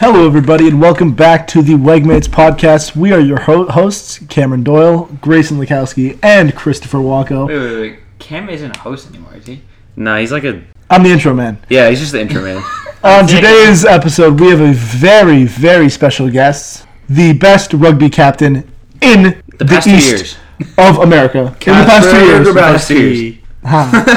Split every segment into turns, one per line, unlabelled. Hello, everybody, and welcome back to the Wegmates podcast. We are your ho- hosts, Cameron Doyle, Grayson Lukowski, and Christopher Walko.
Wait, wait, wait. Cam isn't a host anymore, is he?
No, he's like a
I'm the intro man.
yeah. He's just the intro man.
On today's episode, we have a very, very special guest, the best rugby captain in the,
The past two
East
years.
of America. In the past two
Kasper
years,
Grabowski. Past two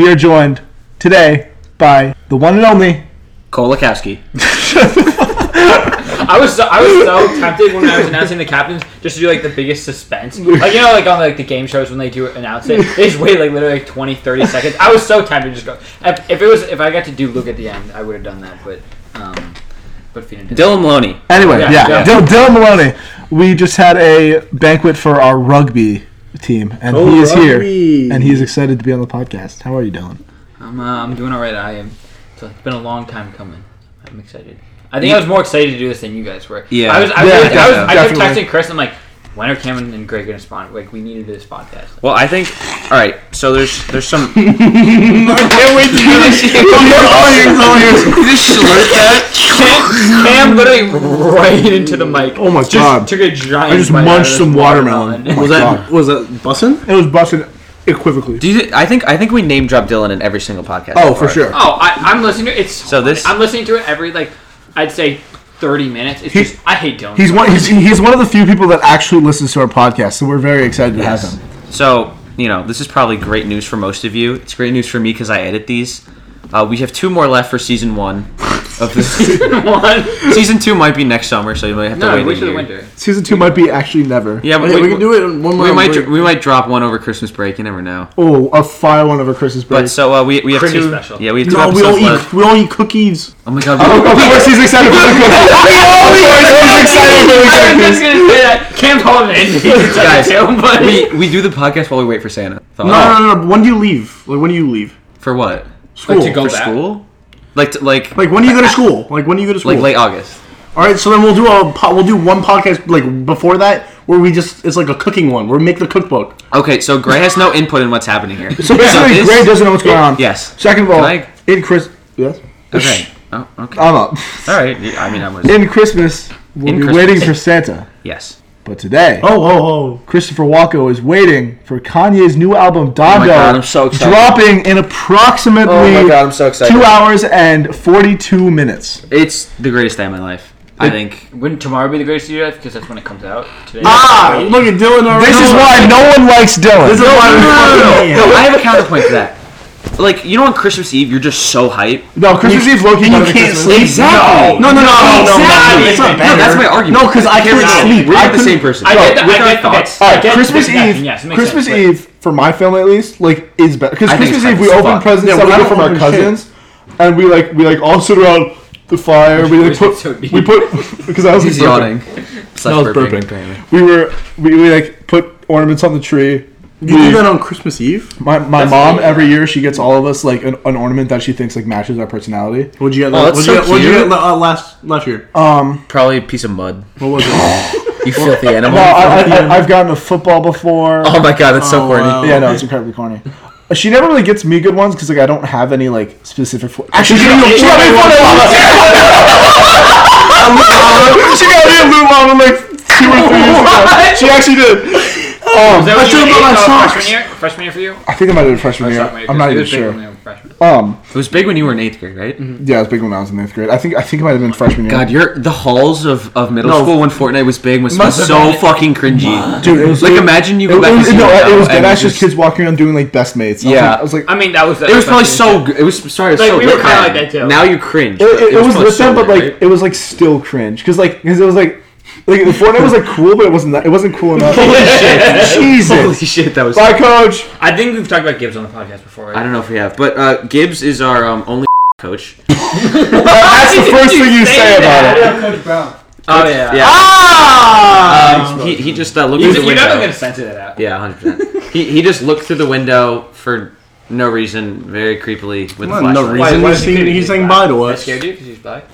years.
we are joined today by the one and only.
Kolakowski.
I was so, I was so tempted when I was announcing the captains just to do like the biggest suspense. Like you know like on like the game shows when they do announce it, they just wait like literally like 20 30 seconds. I was so tempted to just go if, if it was if I got to do Luke at the end, I would have done that, but um but Fina did.
Dylan Maloney.
Anyway, yeah,
Yeah, yeah.
Dylan, Dylan Maloney. We just had a banquet for our rugby team, and
Oh,
he is
rugby.
here, and he is excited to be on the podcast. How are you, Dylan?
I'm uh, I'm doing all right. I am it's uh, been a long time coming. I'm excited. I think I was more excited to do this than you guys were.
Yeah.
I was I,
Yeah,
really- I was
yeah,
I kept
definitely.
texting Chris I'm like when are Cameron and Greg gonna spawn? Like we need to do this podcast.
Well, I think. All right. So there's there's some.
Cam literally right into the mic.
Oh my
just
God.
Took a giant.
I just
bite out of
munched
this
some watermelon.
Was that was that bussin?
Oh It was busted equivocally.
Do you? thi- I think I think we name drop Dylan in every single podcast.
Oh,
so
for
far.
sure.
oh, I, I'm listening to it. It's so
this-
I'm listening to it every like I'd say 30 minutes. It's
He-
just I hate Dylan.
He's one. He's, he's one of the few people that actually listens to our podcast, so we're very excited to
Yes.
have him.
So you know this is probably great news for most of you. It's great news for me because I edit these. Uh, we have two more left for season one of this.
one.
season two might be next summer, so you might have to
No,
wait.
wait
a
for the
year.
winter.
Season two might be actually never.
Yeah, but
Okay,
we,
we can do it in one more.
We might
break.
dr- we might drop one over Christmas break. You never know.
Oh, a fire one over Christmas break.
But so uh, we we have
Christmas
two.
special.
Yeah, we have two
no, we all
episodes left.
eat. We all eat cookies.
Oh my god.
of
we-
course he's excited for the cookies. Of course he's excited for the
I was
cookies.
just gonna say that Cam's holding it. He's like,
Guys,
"Damn, buddy."
we, we do the podcast while we wait for Santa. Thought-
No, no, no, no. When do you leave? Like when do you leave?
For what?
School.
to go
For
back.
school? Like to, like
Like when do you go to school? Like when do you go to school?
like late August.
All right, so then we'll do a po- we'll do one podcast like before that where we just it's like a cooking one where we make the cookbook.
Okay, so Gray has no input in what's happening here.
So basically,
this-
Gray doesn't know what's going on.
Yes.
Second of all,
Can I-
in Chris, yes,
Okay. Oh, okay.
I'm up.
All right. Yeah, I mean, I was.
In Christmas, we'll
In
be
Christmas.
waiting for Santa.
Yes.
But today,
Oh, oh,
Christopher Walken is waiting for Kanye's new album Donda.
God, I'm so excited.
Dropping in approximately
Oh so
two hours and forty-two minutes.
It's the greatest day of my life. I think.
Wouldn't tomorrow be the greatest year because that's when it comes out? Today.
Ah, look at Dylan already.
This is why no one likes Dylan.
This is why. we-
No, I have a counterpoint to that. Like you know, on Christmas Eve, you're just so hype.
no, Christmas Eve's low-key
And
better than
you can't
Christmas.
sleep.
Exactly.
No, no, no, no, no,
Exactly.
no. It's not
No,
better.
that's my argument.
No, because I can't
Exactly.
sleep.
We're
I
not the
couldn't-
same person.
I get
No,
that.
with
I
our
get that.
thoughts.
All right,
Yes,
Christmas
yes,
Eve,
yes, it makes
Christmas
sense,
Eve for my family at least, like is better because
I think
Christmas
it's
Eve we
hype as
open
fuck.
presents
Yeah,
that we
we're not
get from our
opening shit.
cousins, and we like we like all sit around the fire. We like,
Which
put
is so deep.
we put because I was
He's
burping.
yawning. Slash
I was burping.
apparently.
We were we, we like put ornaments on the tree.
You do
We-
that on Christmas Eve?
my my
That's
mom
weird.
every year she gets all of us like an, an ornament that she thinks like matches our personality.
What'd you get?
Oh, that's
what'd,
so
you get what'd you
cute.
get la- uh, last last year?
Um,
Probably a piece of mud.
What was it?
You filthy animal.
no, I, I, I, I've gotten a football before.
Oh my god, that's so
Oh,
corny.
wow.
Yeah, no, it's incredibly corny. She never really gets me good ones because like I don't have any like specific. Fo- Actually, she got me she got me a photo album. She got me a Lou Mama like two or three years ago. She actually did.
Was that
Um,
when
I
you were
should've bought
eight,
my
uh,
socks.
Freshman year? Freshman year for you?
I think I might have been freshman year.
Sophomore year,
I'm
'cause
not
it
even
was big
sure.
when we were freshmen.
Um,
It was big when you were in eighth grade, right?
yeah, it was big when I was in eighth grade. I think I think it might have been freshman year.
God, you're the halls of, of middle
No.
school when Fortnite was big was,
Must
was
have
so
been it.
fucking cringy.
dude, it was
Like, imagine you
It,
go back.
it
to
was,
see
no,
now
it was
and
dead
you
ass just kids walking around doing like best mates. I was
Yeah.
like- I was like,
I mean, that was.
It was probably so. good. It was sorry. It was
Like,
so
we were
lit
kinda
then.
like that too.
Now you cringe. but
it, it, it was
probably
with
so
them, but
lit,
like
right?
it was like still cringe because like because it was like like Fortnite was like cool, but it wasn't that, it wasn't cool enough.
holy
Jesus,
shit, that was.
bye coach.
I think we've talked about Gibbs on the podcast before. Right?
I don't know if we have, but uh, Gibbs is our um, only coach.
That's the first thing you say about it.
Oh yeah.
Yeah.
Ah!
Um, he, he just uh, looked
You-
through
You're
the window.
never gonna censor that out.
Yeah, hundred percent. He he just looked through the window for no reason, very creepily with
Well,
a flashlight.
no reason. He's
he
saying-
creepy?
he's saying
black.
bye to
That
us.
scared you because he's black.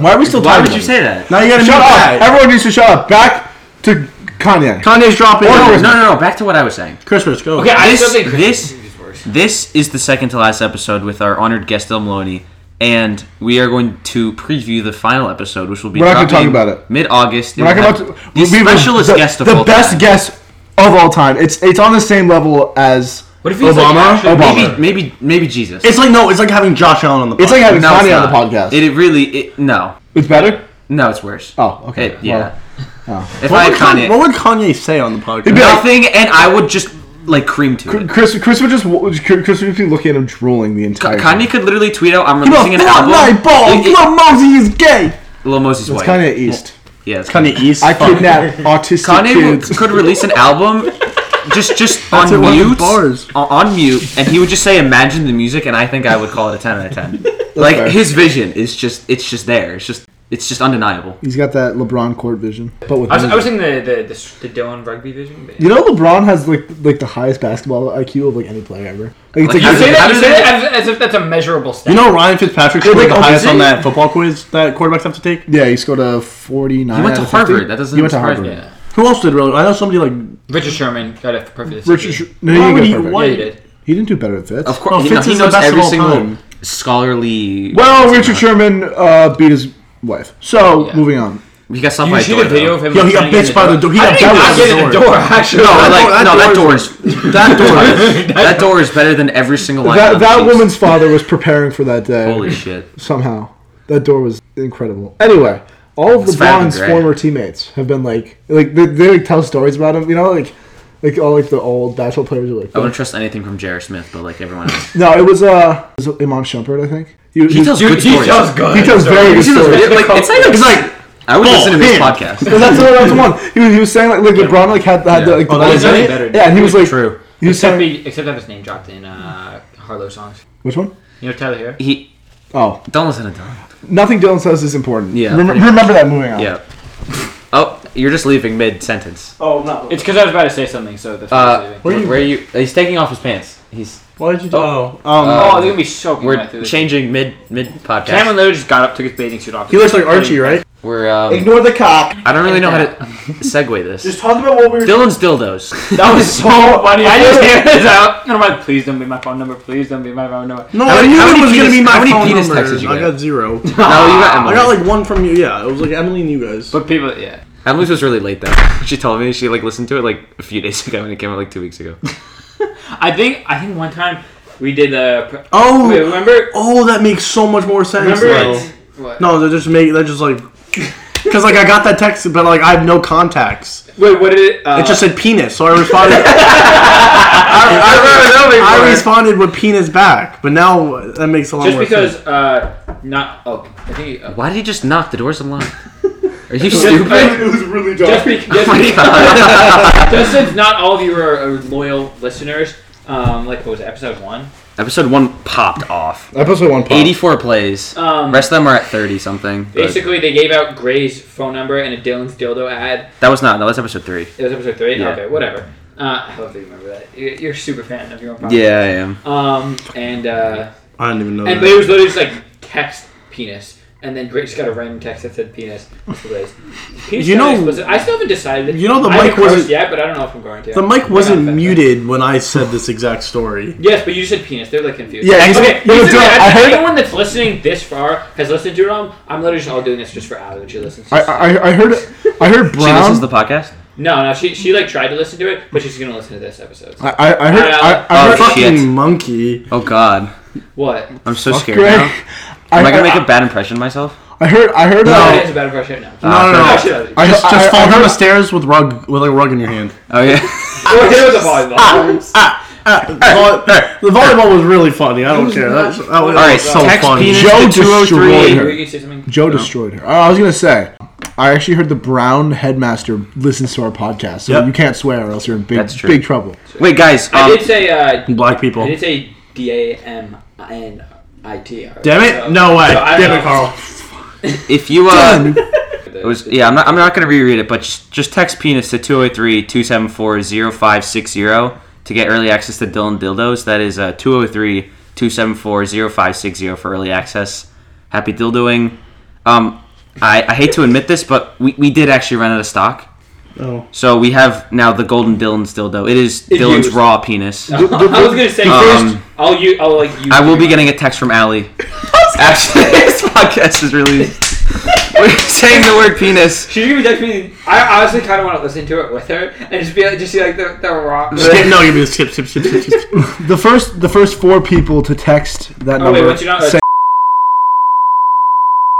Why are we still
Why
talking
would you
about
say that?
Now you gotta
it? Shut up!
meet
Everyone needs to shut up. Back to Kanye.
Kanye's dropping.
No,
in.
no, no, no. Back to what I was saying.
Christmas, go.
Okay, I
This-
still think
this-
Christmas is worse.
This is the second to last episode with our honored guest Dylan Maloney, and we are going to preview the final episode, which will be
We're not gonna talk about it.
mid August.
We're not gonna talk
the
we- we-
specialist
the,
guest of
the
all
best
time.
guest of all time. It's it's on the same level as
What if he's like
Obama.
actually-
Obama.
Maybe maybe maybe Jesus.
it's like no, it's like having Josh Allen on the. podcast.
It's like having
no,
Kanye
it's
on the
not.
podcast.
It, it really it, no
it's better.
no it's worse.
Oh, okay.
It- yeah. If I
What
had
would, Kanye,
Kanye,
what would Kanye say on the podcast?
nothing, and I would just like cream to it.
Chris, Chris would just Chris would be looking at him drooling the entire time.
Kanye could literally tweet out, "I'm
You
releasing
know,
an
fuck
album."
my balls.
It-
You
it-
know, Mosey is gay.
Lil Moses
It's
White.
Kanye East.
yeah, it's
Kanye East.
I kidnap autistic
Kanye w-
kids.
could release an album just just on
it, one of the
mute,
bars.
o- on mute, and he would just say, "Imagine the music," and I think I would call it a ten out of ten. like
fair.
his vision is just it's just there. It's just it's just undeniable.
He's got that LeBron court vision, but with
I was, I
music.
was thinking the the, the, s- the Dylan rugby vision. but-
you know LeBron has like like the highest basketball IQ of like any player ever. Like it's like,
You say that,
How
you
does
say
it-
that as, as if that's a measurable step.
You know Ryan Fitzpatrick scored
like,
the
oh,
highest
is
on
he?
that football quiz that quarterbacks have to take.
yeah, he scored a forty nine.
He went to Harvard. That doesn't
He went to
surprise
Harvard.
me.
yeah.
Who else did really? I know somebody like
Richard Sherman got it perfect.
Richard, Sh- no,
Why
he
would
didn't
he
go perfect.
want-
Yeah, you did.
He didn't do better than Fitz.
Of course,
No,
you know,
Fitz
he
is the
knows
best of
every
all
single
time.
scholarly.
Well, Richard Sherman uh, beat his wife. So
Yeah.
moving on.
he got stopped
You
by a
see
door.
the video
though.
of him?
Yo, he got
trying to get
bitched
in
by the
door?
door. He
I
got
didn't
that
even
was
get
the
in the
door.
door. Actually,
No, like
that
no, that
door
door is that door that door is better than every single line
That
on
that
Chiefs.
woman's father was preparing for that day.
Holy shit!
somehow. That door was incredible. Anyway, all of
It's
LeBron's
fucking great.
former teammates have been like, like they, they like tell stories about him. You know, like like all like the old basketball players are like.
I wouldn't trust anything from J.R. Smith, but like everyone else,
no, it was uh, it was Iman Shumpert, I think. He,
he tells
Dude,
good
he
stories.
tells good.
He tells very good
He tells-
stories. "Oh,
like, it's not even-
He's like,
I would
Ball,
listen to his
him.
podcast.
And that's the that's the one. He was, he was saying like, like LeBron like had, had the, like, the
Oh, that
ball-
is
really better.
Yeah, and he was like,
True.
he was
Except,
saying,
be, except have his name dropped in uh, Harlow songs.
which one?
You know Tyler here.
He
Oh,
don't listen to Don.
nothing Dylan says is important.
Yeah,
Remem-
pretty much.
remember that moving on.
Yeah. Oh, you're just leaving mid sentence.
Oh no!
It's because I was about to say something, so that's why I was
Uh,
leaving.
where, are you? He's taking off his pants. He's.
Why did you do? Oh, um,
Oh, they're gonna be soaking
We're
wet through this.
changing mid mid podcast.
Cameron literally just got up, took his bathing suit off.
he looks like Archie, right?
We're. Um,
Ignore the cop.
I don't really know how to segue this.
Just talk about what we were.
Dylan's dildos.
That was so funny. I just hear this out. And I'm like, please don't be my phone number. Please don't be my phone number.
No,
How
I
many-
knew
how
it
many
was gonna
penis-
be my
how many
phone
penis
number.
texts did you
I
get?
got zero.
no, you got Emily.
I got like one from you. Yeah, it was like Emily and you guys.
But people, yeah.
Emily's was really late though. She told me she like listened to it like a few days ago and it came out like two weeks ago.
I think I think one time we did the. Pre-
Oh.
Wait, remember?
oh, that makes so much more sense.
Remember?
though.
it's- What?
No, they're just make they're just like because like I got that text, but like I have no contacts.
Wait, what did it? Uh,
It just said penis, so I responded.
I remember
I responded with penis back, but now that makes a lot
just
more
because
sense.
uh, not. Oh, I think. Uh,
Why did he just knock? The door's unlocked. Are you stupid?
It was really
uh,
dark.
just, be, just,
Oh my
be-
God.
just since not all of you are, are loyal listeners, um, like what was it, episode one?
Episode one popped off.
Episode one. Pop.
Eighty-four plays.
Um,
Rest of them are at thirty something. but
Basically, they gave out Gray's phone number and a Dylan's dildo ad.
that was not. That was episode three.
It was episode three.
Yeah.
Okay, whatever. Uh, I hope you remember that. You're, you're a super fan of your own. Podcast.
Yeah, I am.
Um, and uh,
I didn't even know
and but
that.
it was literally just like text penis, and then Grace got a random text that said penis. to Grace. Penis
You
got
know-
explicit- I still haven't decided.
You know the
I
mic
haven't cursed
wasn't-
yet, but I don't know if I'm going to.
The mic
I'm
wasn't
not offended.
muted when I said this exact story.
Yes, but you said penis. They're like confused.
Yeah, he's-
okay.
no,
here's the
Dylan,
thing.
I
I
heard-
anyone that's listening this far has listened to it. All, I'm literally just all doing this just for Ali when she listens. To
I,
this.
I, I heard I heard
She
Brown.
listens to the podcast.
no, no, she she like tried to listen to it, but she's gonna listen to this episode.
I, I, I heard I, I
Oh,
heard
shit.
Fucking monkey.
Oh God,
What?
I'm so scared
Greg.
now.
I,
Am I gonna
I-
make a bad impression of myself?
I heard I heard
Oh,
uh,
it's a bad impression. No. Oh,
Ah,
no, no,
No,
no.
she doesn't.
I,
Just,
I-
just
I-
fall
I
down
heard-
the stairs with rug with like a rug in your hand.
Oh yeah.
Oh, it was a volleyball.
Uh, The volley- the volleyball was really funny. I don't care. That's, that was, that was
All right.
so
text
funny.
penis
Joe
to
destroyed
203.
her.
Were you gonna say something?
Joe destroyed her. I was gonna say I actually heard the Brown headmaster listens to our podcast, so
Yep.
you can't swear or else you're in big
That's true.
big trouble.
Wait, guys. Um,
I did say uh,
Black
I
people.
did say D A M I N I T.
Damn
uh,
it! No way. Damn it, Carl.
if you uh, it
It
was yeah. I'm not. I'm not gonna reread it, but just, just text penis to 203-274-0560 to get early access to Dylan dildos. That is uh 203-274-0560 for early access. Happy dildoing. Um, I, I hate to admit this, but we, we did actually run out of stock.
Oh.
So we have now the golden Dylan's dildo. It is
It
Dylan's
used.
raw penis.
I was gonna say
Um,
first. I'll you. I'll like you.
I will be getting a text from Allie. Actually, this podcast is really. We're saying the word penis.
She's gonna be texting me. I honestly kind of want to listen to it with her and just be like, just see like the the raw.
Just get- no, give me this tip, tip, tip, tip, tip.
The first, the first four people to text that
Oh, wait,
number.
what's your number?
say-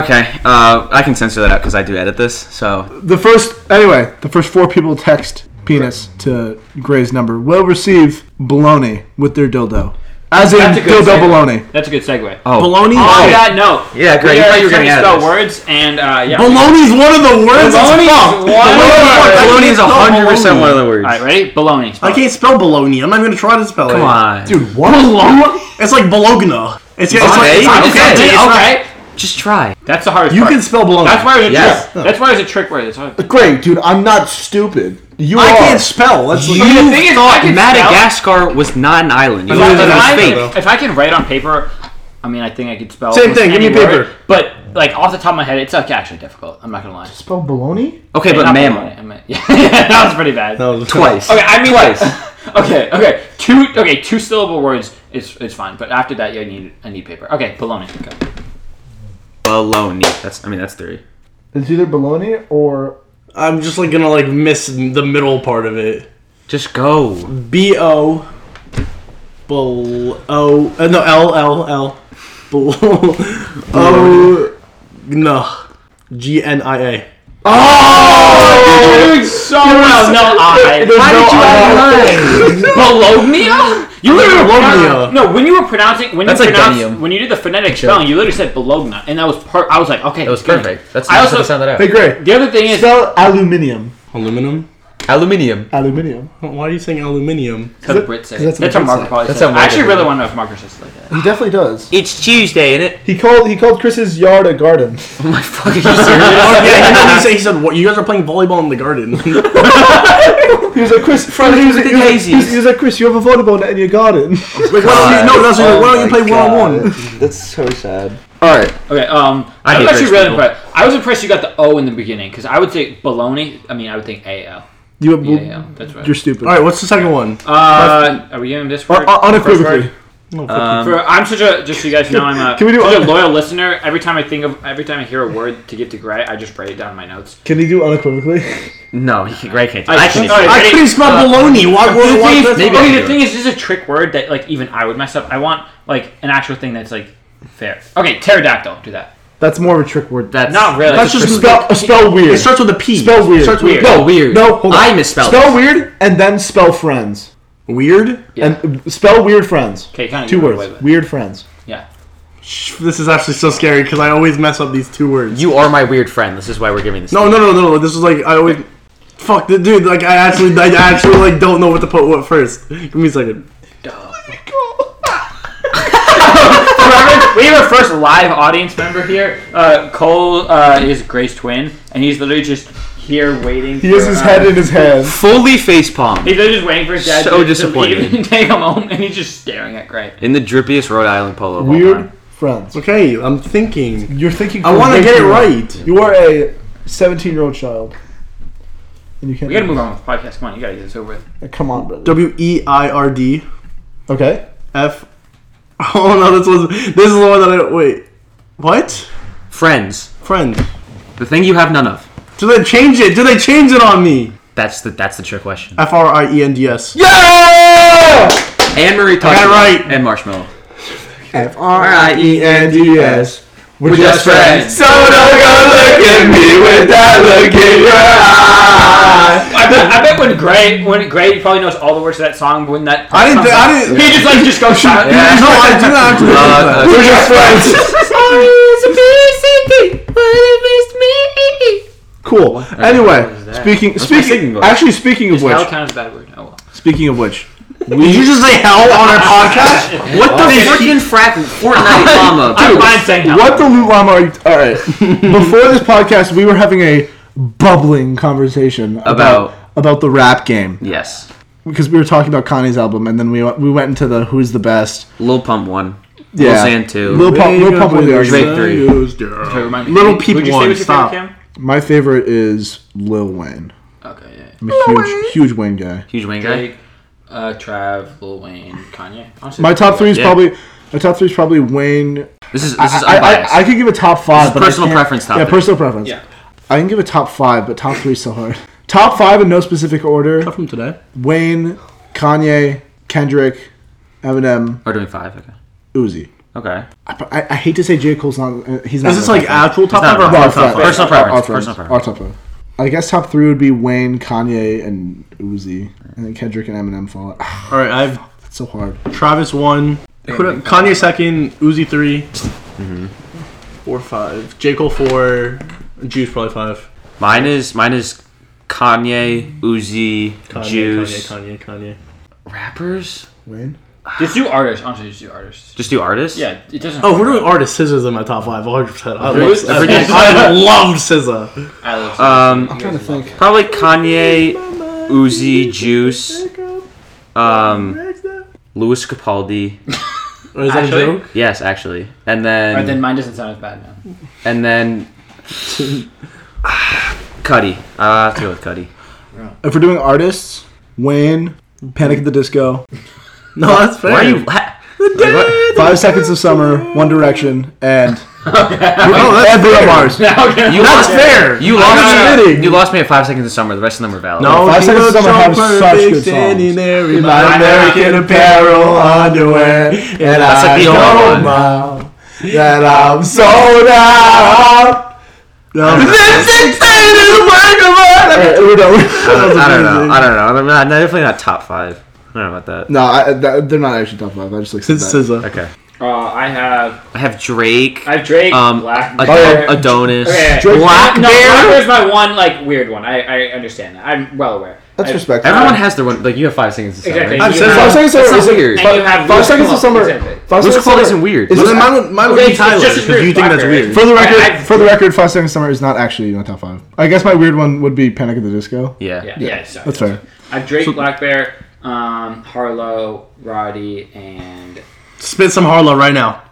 Okay, uh, I can censor that out because I do edit this. So
the first, anyway, the first four people to text penis to Gray's number will receive baloney with their dildo, as in
That's a
dildo
good segue.
baloney.
That's a good segue.
oh,
Baloney.
On that note,
Yeah,
We
great. You
are
thought you were
trying to
gonna add
spell
this.
words and uh, yeah.
Baloney is one of the words.
Baloney is
as fuck.
one
Baloney
of the
fuck.
words.
I
baloney
can't
is
spell
hundred percent one of the words.
All right, ready? Baloney.
I can't spell baloney. I'm not even gonna try to spell it.
Come on,
Dude, what?
Bologna? It's like Bologna. It's, it's like,
Okay,
it's not- it's not-
okay.
it's not-
Okay,
just try.
that's the hardest.
You
part.
can spell Bologna.
That's why it was a
Yes.
trick. That's why it was a trick word. That's why.
Great, dude. I'm not stupid. You
I
are.
can't spell. That's
You
like,
the thing is, I
thought
can
Madagascar was not an island. You thought
it was
that was
an
fake.
island.
If I can write on paper, I mean, I think I could spell.
Same
almost
thing, give me
any
paper.
word, But like off the top of my head, it's like actually difficult. I'm not gonna lie.
spell baloney.
Okay, but
Not
mammal
baloney, I meant- Yeah, that was pretty bad.
twice.
Okay, I mean
Twice.
okay, okay, two okay, two syllable words is is fine, but after that, yeah, I need I need paper. Okay, bologna. Okay.
Baloney. That's I mean that's three.
It's either baloney or
I'm just like gonna like miss the middle part of it.
Just go.
B O. Bol O. Uh, no L L L. Bol O. No. G N I A.
Doing so well. No, I.
Why did you add nine?
Bologna? You literally were pronouncing,
Bologna.
no. When you were pronouncing, when
That's
you
like
pronounced,
Denium.
when you did the phonetic spelling, you literally said Bologna, and that was per. I was like, okay,
That was
good.
perfect. That's
I
nice
also-
how they sound that out.
hey, Gray.
The other thing is,
Spell aluminium.
Aluminum.
Aluminium.
Aluminium.
Why are you saying aluminium?
Could a Brit say it?
that's
That's,
what Brits
what Marker
say.
probably
That's
says.
how
I actually
Marker
really want to know if Marker says it like that.
He definitely does.
It's Tuesday, innit?
He called. He called Chris's yard a garden.
Oh my fuck, are you serious?
Oh, yeah, you know, he said, he said what, you guys are playing volleyball in the garden.
He was like, Chris,
Friends
he was,
with the
he was- he was-
daisies.
he was like, Chris, you have a volleyball net in your garden. Oh
Like, why don't you, no, that's like, why don't you play one on one?
That's so sad.
All right.
Okay, um,
I
I was
hate
actually
rich
really
people.
impressed. I was impressed you got the O in the beginning because I would say bologna. I mean, I would think A L.
You,
Yeah, yeah, that's right.
you're stupid.
Alright, what's the second one?
Uh, are we giving this word?
Uh, unequivocally.
Um,
For, I'm such a just so you guys know I'm a,
Can we do
such a
un-
loyal listener. Every time I think of every time I hear a word to give to Gray, I just write it down in my notes.
Can you do unequivocally?
no, you can, Greg can't.
I-
I can.
sorry.
I couldn't spell baloney. Why, why, why,
Please,
maybe I
okay,
can
the
do
thing is, this is a trick word that like even I would mess up. I want like an actual thing that's like fair. Okay, pterodactyl, do that.
That's more of a trick word.
That's
Not really.
That's just
Spell, spell weird.
It starts with a P.
Spell weird.
It starts
Weird.
with
No, weird.
No, hold on.
I misspelled.
Spell
it.
weird and then spell friends.
weird.
Yeah.
And uh, spell weird friends.
Okay, kind of
Two words. Weird friends.
Yeah.
Shh, This is actually so scary because I always mess up these two words.
You are my weird friend. This is why we're giving this.
no, no, no, no, no. This is like I always. Fuck, the dude. Like I actually, I actually like don't know what to put what first. Give me a second.
Robert, we have our first live audience member here. Uh, Cole uh, is Gray's twin, and he's literally just here waiting. uh,
He has his head in his hands.
Fully face palm
He's literally just waiting for his dad
So
to- to
disappointed.
leave and take him home, and he's just staring at Gray.
in the drippiest Rhode Island polo. of all
Weird
time.
friends.
Okay, I'm thinking.
You're thinking.
I
for
want
way
to get it
too long.
right.
You are a 17 year old child. And you can't. Uh,
We gotta move on with the podcast. Come on, you gotta get this over with.
Come on, brother.
W e i r d
Okay.
f. Oh no, this was this is the one that I wait. What?
friends.
Friend.
The thing you have none of.
Do they change it? Do they change it on me?
That's the that's the trick question.
F R I E N D S.
Yeah!
Anne Marie
I
Tucker
got it right.
and Marshmallow.
F R
I E
N D S. We're
just friends.
So don't go look at me with that look in your
Uh,
eye.
Uh,
I bet, I bet when Gray, when Gray probably knows all the words to that song, when that
I didn't. thi- I didn't.
he just like just goes silent.
Yeah.
No, I do not actually.
Uh,
We're just friends. Cool.
was
Anyway,
that?
speaking
my
speaking
singing voice.
actually speaking of
Hell
which
count as a bad word. Oh well.
speaking of which
Did you just say hell on our podcast? What the
The
frick?
freaking frat Fortnite llama.
I'm fine saying hell.
What the Lou Llama are you? All right. Before this podcast, we were having a bubbling conversation
About-
about about the rap game
Yes.
because we were talking about Kanye's album, and then we went- we went into the who's the best.
Lil Pump one. Lil
Yeah.
Xan two.
Lil Pump, Lil Pump with the
Drake
argument.
three.
Sorry, remind me.
Little
Would
Peep
you say
one,
what's your
stop.
favorite,
My favorite is Lil Wayne.
Cam? Okay, yeah.
I'm a huge huge Wayne guy.
Huge wing guy.
Drake, uh, Trav, Lil Wayne, Kanye. Honestly,
My top three is
Yeah.
probably my top three is probably Wayne,
This is this is
I, I,
unbiased.
I could give a top five. but I
personal
can't-
preference top
Yeah,
three.
personal preference.
Yeah.
I can give a top five, but top three is so hard. Top five in no specific order:
from today.
Wayne, Kanye, Kendrick, Eminem,
We're doing five. Okay.
Uzi.
Okay.
I, I, I hate to say J Cole's not. uh, He's not.
Is
in
this
my
like
top five.
actual top
It's not
five or
about
hard
Our
top five.
top five?
Personal
Our-
preference,
Our,
personal
top five. Our top five. I guess top three would be Wayne, Kanye, and Uzi, and then Kendrick and Eminem fall. out. Ah,
All right, I have
It's so hard.
Travis one, Kanye second, Uzi 3
Mm-hmm.
four five, J Cole four, Juice probably five.
Mine is mine is Kanye, Uzi,
Kanye,
Juice,
Kanye, Kanye, Kanye.
rappers.
Wayne.
Just do artists. Honestly, just do artists.
Just do artists.
Yeah, it doesn't.
Oh, we're doing artist Scissor's in my top five, 100. percent I
Really?
love SZA. I loved SZA.
I love
Um,
I'm
trying to think.
Probably Kanye, Uzi, Juice,
Oh,
um, Louis Capaldi.
Or is that
Actually-
a joke?
Yes, actually, and
Right, then
then
mine doesn't sound as bad now.
and then Cuddy. I have to go with Cuddy.
If we're doing artists, Wayne, Panic at the Disco,
No, that's fair.
Why are you? Ha- like, what?
Five Seconds of Summer, One Direction, and
Oh,
and Bruno Mars.
okay.
You
that's
lost.
fair.
You
not
lost.
kidding.
You lost me at five seconds of summer. The rest of them are valid.
No,
Five
she
Seconds
was
of Summer
so
have such
perfect
good songs.
in every
My American apparel underwear, and
That's like
I
the old
know,
one.
Mom, that I'm sold out. Alright, we don't-
I don't, I don't know. I don't know. I'm not, definitely not top five. I don't know about that.
No, I, I- that, they're not actually top five. I just like said
Since
that.
SZA.
Okay.
Uh, I have
I have Drake,
I have Drake,
um,
Black
Ad-
Bear.
Adonis.
Okay,
Drake-
Black no,
Bear?
Black Bear's my one like weird one. I, I understand that. I'm well aware.
That's
I,
respectable.
Everyone has their one. Like you have five seconds to
Uh, Exactly.
Right?
I've said
Five
that.
seconds of
That's
summer. is
not
like-
weird.
And you have
Five
Lewis
seconds of
Capaldi.
summer.
Exactly.
Five
Louis
seconds of summer
Capaldi isn't weird.
is
Louis
not-
Mine would, mine would
Okay,
be
it's- it's
Tyler
just as
because
weird
you
as
think that's
Blackberry.
weird.
For the
Alright,
record,
I've-
for the record, Five Seconds of Summer is not actually in my top five. I guess my weird one would be Panic at the Disco.
Yeah.
Yeah,
yeah.
yeah, sorry.
That's fair.
I have Drake, Black Bear, um, Harlow, Roddy, and
Spit some Harlow right now.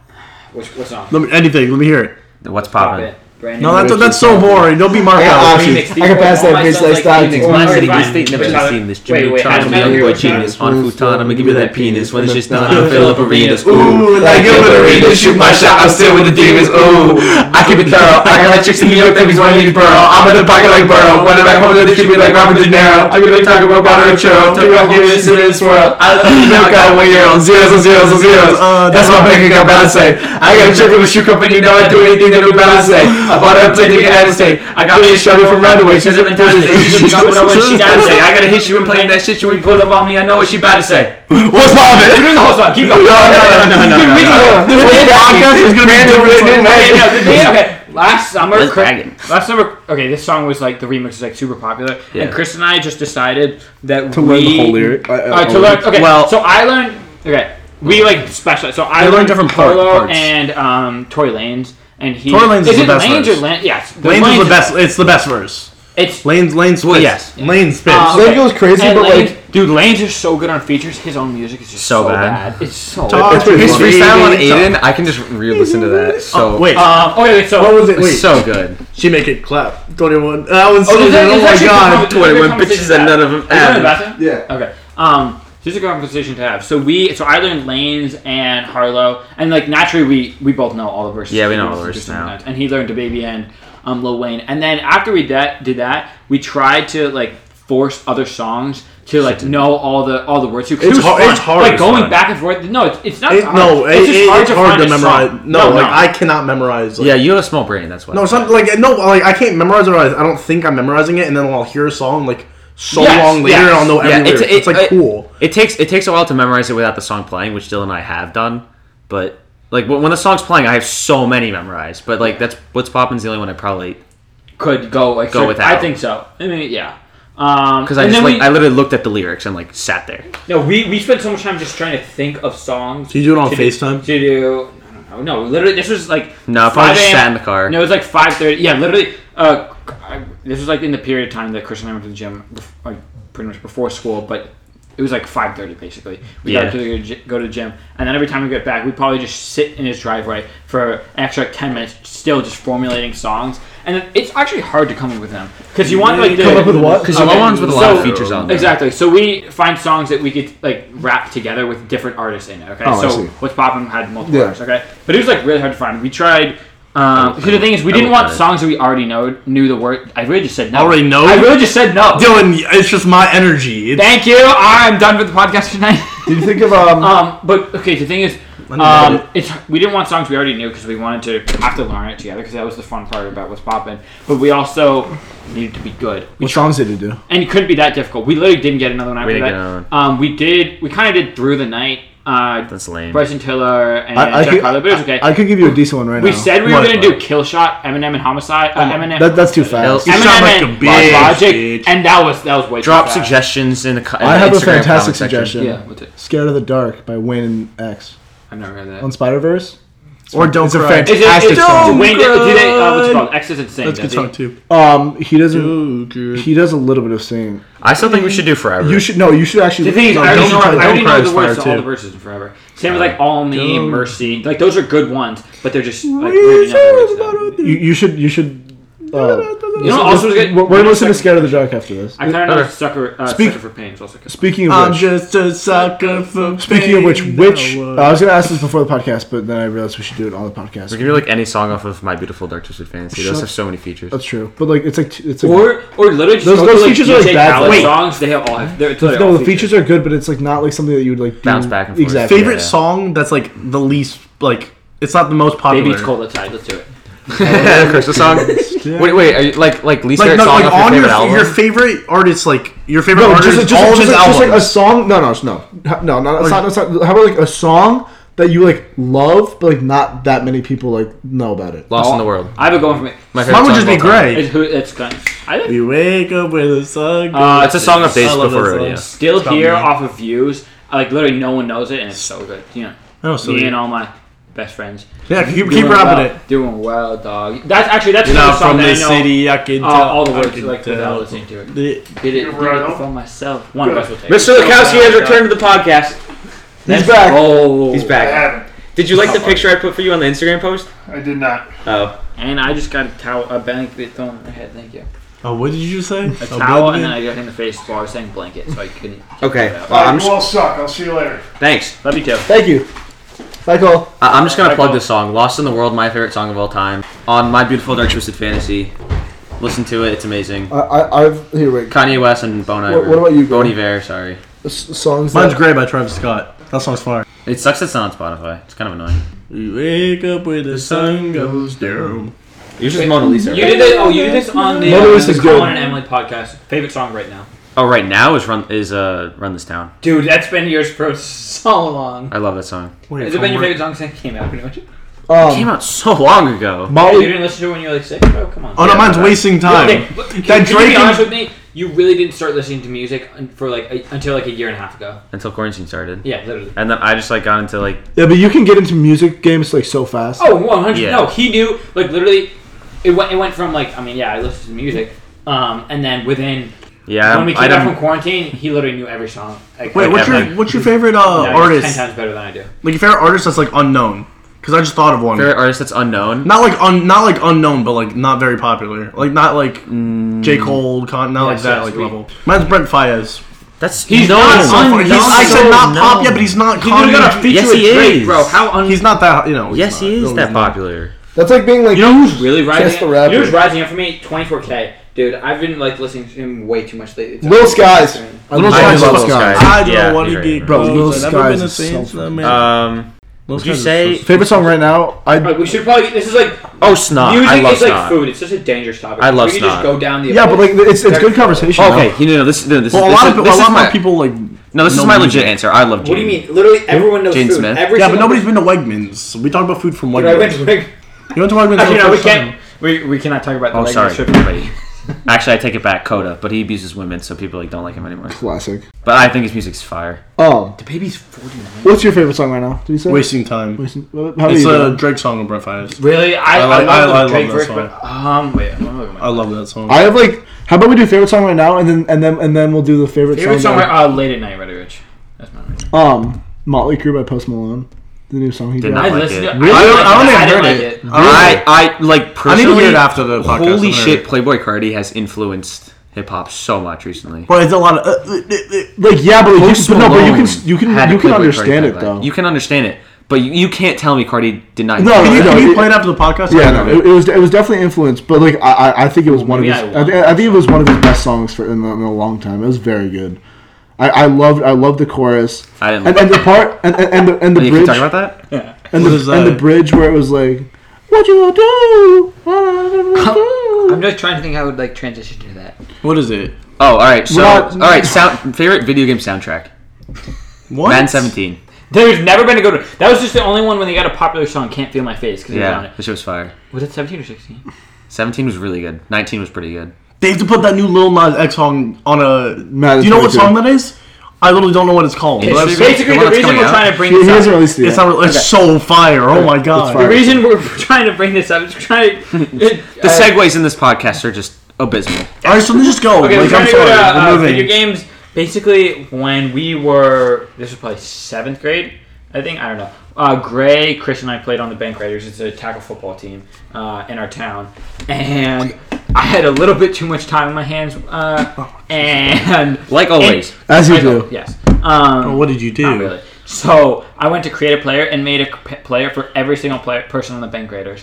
what's what's on?
Let me, anything. Let me hear it.
What's
Pop
poppin'?
it. Brandon
No, that's
Ritchie.
that's so boring. Don't be Mark
Yeah,
out.
Options.
Remix. These
I can
were
pass
all
that
my
bitch, I
songs, like,
started.
remix.
Or-
My
Alright,
city,
fine.
this state never
Wait,
been
Tyler.
seen. This
Wait,
Jimmy
wait, I
Chong,
don't
young
hear
boy
what Tyler-
genius. On futon, I'ma give you that penis. When it's just done, I'ma fill up arenas.
Ooh, like Gilbert Arenas,
shoot my shot, I'm still with the demons. Ooh, I keep it thorough. I got my chicks in New York, babies wanting me to burrow. I'm in the pocket like Burrow. When I'm back home, they keep me like Robert De Niro. I'm gonna talk about butter and churro. Take off, give it a and swirl. I love you, milk out one year old. Zeros on zeros on zeros. Uh,
Uh,
That's my bank account balance. say. I got a trip from a shoe company, now I do anything that will balance. say. I bought a plate to get out of state. I got me a shovel from Roundaway. She's up in town today. She's up when she down to say. I gotta hit you and play that shit you ain't pull up on me. I know what she about to say.
What's poppin'?
Give me the whole song. Keep going.
No, no, no, no, no, no, no.
The whole podcast is gonna be
different.
Okay, no, the thing- okay, last summer,
Let's
Chris-
bag it.
last summer, okay, this song was like the remix was like super popular,
Yeah.
and Chris and I just decided that
To
we,
learn the whole lyric. I- I-
All right, to
I-
learn. Okay,
Well-
so I learned. Okay, we like special. So I
They learn
learned
different part-
Carlo
parts.
and um, Tory Lanez, and he.
Tory Lanez is
it
the best
Lanez
verse.
or Lan- Yes, the
Lane's is
Lanez
the best. It's the best verse.
It's
Lane's Lane spits.
yes.
Lane spits.
uh,
Lane
okay.
goes crazy,
And
but,
Lanez-
like-
dude, Lane's is so good on features. His own music is just
So
so,
bad.
bad. It's so.
Talk
It's pretty
His
funny.
freestyle on Aiden, I can just re-listen to that. So
Wait,
Um, okay, wait, so
Uh, what was it?
Oh. it's
Wait,
so good.
she make it clap. Twenty one. That was so
Oh,
good.
there's a-
Oh
there's
my
actually a
god.
conversation- there's a
Twenty-one
conversation
bitches
to
and
have.
none of them
Is that in the
added.
bathroom?
Yeah.
Okay. Um, just a good conversation to have. So we, so I learned Lanes and Harlow, and like naturally we we both know all the verses.
Yeah, we know all the
Just
verses
different
now.
times. And he learned to Baby and um, Lil Wayne, and then after we that did that, we tried to like force other songs to like know all the all the words too. 'cause
It's
it was
hard-
fun.
it's hard,
Like
it's
going
fun.
back and forth. No, it's, it's not.
It,
hard.
no, it,
it's,
it's,
just
hard,
hard
it's
to,
hard
find
to
a
memorize.
song.
No, like
no.
I cannot memorize. Like,
Yeah, you have a small brain. That's why.
No, some like no, like I can't memorize it. or I I don't think I'm memorizing it, and then I'll hear a song like so
Yes,
long later, and
yes.
I'll know every
Yeah,
lyric.
it's-
It's,
it-
like
it-
cool.
It takes it takes a while to memorize it without the song playing, which Dylan and I have done. But like when when the song's playing, I have so many memorized. But like that's what's poppin's the only one I probably
could go like
Go
so-
without.
I think so. I mean, yeah. Um,
because I
and
just
then
like
we,
I literally looked at the lyrics and like sat there.
No, we, we spent so much time just trying to think of songs.
Do you do it on
to
FaceTime?
To do. I don't know. No, literally, this was like.
No, I probably
5
just
a.m.
sat in the car.
No, it was like 5.30. Yeah, literally. Uh, I- this was like in the period of time that Chris and I went to the gym, bef- like pretty much before school, but it was like 5.30 basically. We
Yeah.
got to the gy- go to the gym, and then every time we get back, we probably just sit in his driveway for an extra like, 10 minutes, still just formulating songs. and then it's actually hard to come up with them because you want like the,
Come up with what?
Because
I want ones with a lot of features on there.
Exactly. So we find songs that we could like rap together with different artists in it. Okay.
Oh, I
so
see.
what's poppin' had multiple
Yeah.
artists. Okay. But it was like really hard to find. We tried. Um, so the thing is, we
I
didn't
will
want
try it.
songs that we already know knew the word. I really just said no.
Already know?
I really just said no.
Dylan, it's just my energy. It's,
Thank you. I'm done with the podcast tonight.
Did you think of um?
Um, but okay, the thing is,
me write
um, it's we didn't want songs we already knew because we wanted to have to learn it together because that was the fun part about what's poppin'. But we also needed to be good, We
what songs did you do?
and it couldn't be that difficult. We literally didn't get another one after
We didn't
that.
get another
Um, we did. We kind of did through the night. Uh,
That's lame.
Bryson Tiller and
I, I,
Jack
could,
Harlow, but it was okay.
I, I could give you a decent one right
we
now.
said we were
What?
gonna do Kill Shot, Eminem, and Homicide.
Oh,
Uh, Eminem.
that, that's too fast.
You
Eminem
sound like a
and
bitch,
Logic,
bitch.
and that was that was way too
Drop
fast.
suggestions in the. Co- in
I
the
have a
Instagram
fantastic
comment section.
suggestion.
Yeah, what's it?
Scared of the Dark by Wayne and X
I've never heard that.
on Spider Verse.
or don't
It's a
cry.
fantastic-
Is it, it's,
song.
Wayne, did, did it, uh, what's it
Don't
called? Excess and Sin.
That's a good
does
song
he?
too.
Um, he doesn't.
He-
He does a little bit of singing.
I still think we should do forever.
You should no. You should actually.
The thing is,
no,
I already
don't
know,
try
I already
that.
know
cry
the
is
words
fire
to all
too.
the verses in forever. Same with like All Me, Mercy. Like those are good ones, but they're just like really
Reasons
not words.
about
though.
it.
You, you should. You should. Uh,
You know, what also was good.
we're we're
you know,
listening to
suck-
Scared of the Dark after this.
I kind of know
Okay.
sucker, uh,
Speak-
sucker for pain. is also good.
Speaking of
I'm
which,
just a sucker for
speaking of which,
pain.
which uh,
No, uh,
I was gonna ask this before the podcast, but then I realized we should do it on the
We
podcast.
can do like any song off of My Beautiful Dark Twisted Fantasy. Those
Shut-
have so many features.
That's true, but like it's like t- it's like
Or or literally just
Those-
go
those
through,
features are,
like
like,
DJ
bad
Khaled
ones.
songs. They have all. have- They're, they're
no,
all
the features are good, but it's like not like something that you would like do-
Bounce back and forth.
Exactly.
favorite
Yeah.
song that's like the least like it's not the most popular.
Baby, it's cold outside. Let's do it.
Crystal song. Wait, wait. Are you, like, like least
Like
favorite
no,
song off
like
your
on
favorite
your
album.
your favorite artist, like your favorite
No,
artist,
just, just, just,
all of
just,
his
like,
albums.
just like a song. No, no, no, no, no. That's not, that's not, how about like a song that you like love, but like not that many people like know about it.
Lost in the World.
I have a going for me.
My favorite
Mine would
song of
just be
all time.
Gray.
It's who? It's Guns. I think
We wake up with a sun.
Uh,
That's a song of Days
I love
Before
that song.
Rodeo.
still
About
here
me.
off of views. I, Like literally, no one knows it, and it's so good. You know,
Oh, so
me and
yeah,
all my best friends.
keep,
Doing
keep rapping
well,
it.
Doing well, dog. That's actually that's another
Not
song
from
that
the
I know.
city, I can
Uh,
tell.
all the
I
words
can
like without
tell.
listening to it.
The-
Did it, did it for myself. One of us will take
Mr.
it.
Lukowski has returned to the podcast.
He's back.
Oh,
He's back. Did you
Oh.
like the picture I put for you on the Instagram post?
I did not.
Oh.
And I just got a towel, a blanket thrown on my head. Thank you.
Oh, what did you say?
A towel, and then I got hit in the face while I was saying blanket, so I couldn't.
Okay.
Yeah.
Well, I'm just,
all suck. I'll see you later.
thanks.
Love you too.
Thank you. Bye, Cole.
I- I'm just gonna
Alright,
plug
go.
this song, "Lost in the World," my favorite song of all time. On my beautiful dark twisted fantasy. Listen to it; it's amazing.
I, I, I've here. Wait,
Kanye West and Bon Iver.
What- what about you, Gray?
Bon Iver? Sorry.
S- songs.
Mine's
That,
Gray by Travis Scott. That song's fire.
It sucks. It's not on Spotify. It's kind of annoying.
We wake up when the sun goes down.
You're just Mona Lisa.
You
right?
did this. Oh, you did this on the
Mona
uh,
Lisa's
Colin
good.
and Emily podcast. Favorite song right now,
Oh, right now is run is uh run this town.
dude. That's been yours for so long.
I love that song.
Wait,
Has it been your favorite song since it came out? Pretty much.
It came
um,
out so long ago.
You
Molly.
didn't listen to it when you were like six, bro. Come on.
Oh no, mine's wasting
Nick,
time.
look, can,
That
can you
Drake
be
and-
honest with me? You really didn't start listening to music un- for like a, until like a year and a half ago.
Until quarantine started.
Yeah, literally.
And then I just like got into like
Yeah, but you can get into music games like so fast.
Oh, 100.
Yeah.
No, he knew. Like literally, it went. It went from like I mean, yeah, I listened to music, um, and then within
yeah.
when we came
I
back
don't-
from quarantine, he literally knew every song. Like,
Wait,
like,
what's
Kevin.
your what's your favorite uh,
yeah, he's
artist?
Ten times better than I do.
Like your favorite artist that's like unknown? Because I just thought of one.
favorite artist that's unknown.
Not like un, not like unknown, but like not very popular. Like not like J Cole, Con, not
Yes,
like that
yes,
like
we-
level. Mine's Brent Fayez.
That's
He's
no,
not
it's
unknown.
funny.
He's, I said
so
not pop,
known.
yeah, but he's not.
He literally
Kanye.
got a feature
Yes,
with
he
Drake,
is.
bro. How un-
He's not that. You know. he's
Yes,
not.
he is
No,
that
he's not.
popular.
That's like being like.
You know who's really rising?
Chance the
up?
Rapper.
You know who's rising up for me? 24K, dude. I've been like listening to him way too much lately. It's
Lil
like-
Skies. I
Little
love
Skies
Lil
is
Skies.
I don't
Yeah,
know what he
you're
did,
right,
bro.
right. Little
I've never
Skies
been a
is so
fan to that
fucking-
man.
Um,
Little
would you
Skies
say-
is so-
Favorite song right now? I
Like, we should probably. This is like
oh snob.
music
I love
is like
snob.
food. It's such a dangerous topic.
I love
we could just
Snob.
go down the
yeah, but like it's it's good conversation.
Oh,
though.
okay, you know no, this no, this
Well,
is
a lot
this is-
of pe-
this
a
is
lot
my
of people like.
no this
know
is my
music.
legit answer. I love.
What do you
Jamie.
mean? Literally, everyone knows
Jane
food.
Smith.
Every
Yeah, but
single
nobody's been to Wegmans. We talked about food from
Dude, I went
Wegmans.
to like,
You went to Wegmans.
actually,
for the
no, we
first time.
can't. We, we cannot talk about the
Oh
regular
sorry,
trip.
everybody. Actually, I take it back, Coda, but he abuses women, so people like don't like him anymore.
Classic.
But I think his music's fire.
Um,
The baby's 49.
what's your favorite song right now? Did you say?
Wasting time.
Wasting- How do
It's
you?
a
doing?
Drake song on Brent Fires.
Really, I,
I
I,
like- I-
love the
I love
Drake
that
verse,
song.
but um, wait, I'm looking at
I love that song.
I have like. How about we do favorite song right now, and then and then and then we'll do the favorite,
my favorite song.
song.
Uh, late at night, Ready Rich. That's my.
um, Motley Crue by Post Malone. The new song he
Did not
dropped.
I
like
listened
it.
to it.
Really?
I,
I
don't
only
like it. I didn't
heard
like
it.
it.
I I like
I
personally.
need to hear it after the podcast.
Holy
I'm gonna-
shit, Playboy Cardi has influenced hip hop so much recently.
But it's a lot of. Uh, uh, uh, uh,
Like yeah, but, like, you,
Post
but no, but you
Malone
can you can
had a
you can
Playboy Cardi
understand it
tagline.
though.
You can understand it, but you, you can't tell me Cardi did not.
No,
Can you,
no,
can you
it-
play it after the podcast?
yeah, no, it, it was it was definitely influenced, but like I I- I think it was one of
Maybe
his
I
I, thi- I think it was one of his best songs for in, a- in a long time. It was very good. I, I loved I loved the chorus.
I didn't
and,
love
and the part and and, and the and the
You
bridge
can talk about that.
and
What is
the, and the
that?
bridge where it was like, "What you gonna do? What you gonna do?"
I'm just trying to think how I would like transition to that.
What is it?
Oh, all right. So,
Well-
all right. Sound favorite video game soundtrack.
What?
Man Seventeen.
There's never been a good. That was just the only one when they got a popular song, "Can't Feel My Face," because was on
Yeah,
it.
the show was fire.
Was it 17 or 16?
Seventeen was really good. Nineteen was pretty
Uh,
good.
They have to put that new Lil Nas X song on a.
Nah,
do you know what
that's
song
really
that is? I literally don't know what it's called.
It's-
It's,
that's-
basically,
the
the,
one that's
reason
coming
we're
out?
trying to bring
He
this up.
hasn't released it. yet.
not. It's so fire. Oh my god.
The
fire.
reason we're trying to bring this up is we're trying to.
The segues in this podcast are just abysmal.
All right, so let's just go.
Okay, we're
like,
trying
I'm
to go
sorry.
to uh,
we're moving.
video games. Basically, when we were this was probably seventh grade, I think I don't know. Uh, Gray, Chris, and I played on the Bank Raiders. It's a tackle football team uh, in our town, and I had a little bit too much time on my hands, uh, and
Like always.
As you
I know,
do.
yes. Um,
Oh, what did you do?
not really. So I went to create a player and made a p- player for every single player, person on the Bank Raiders.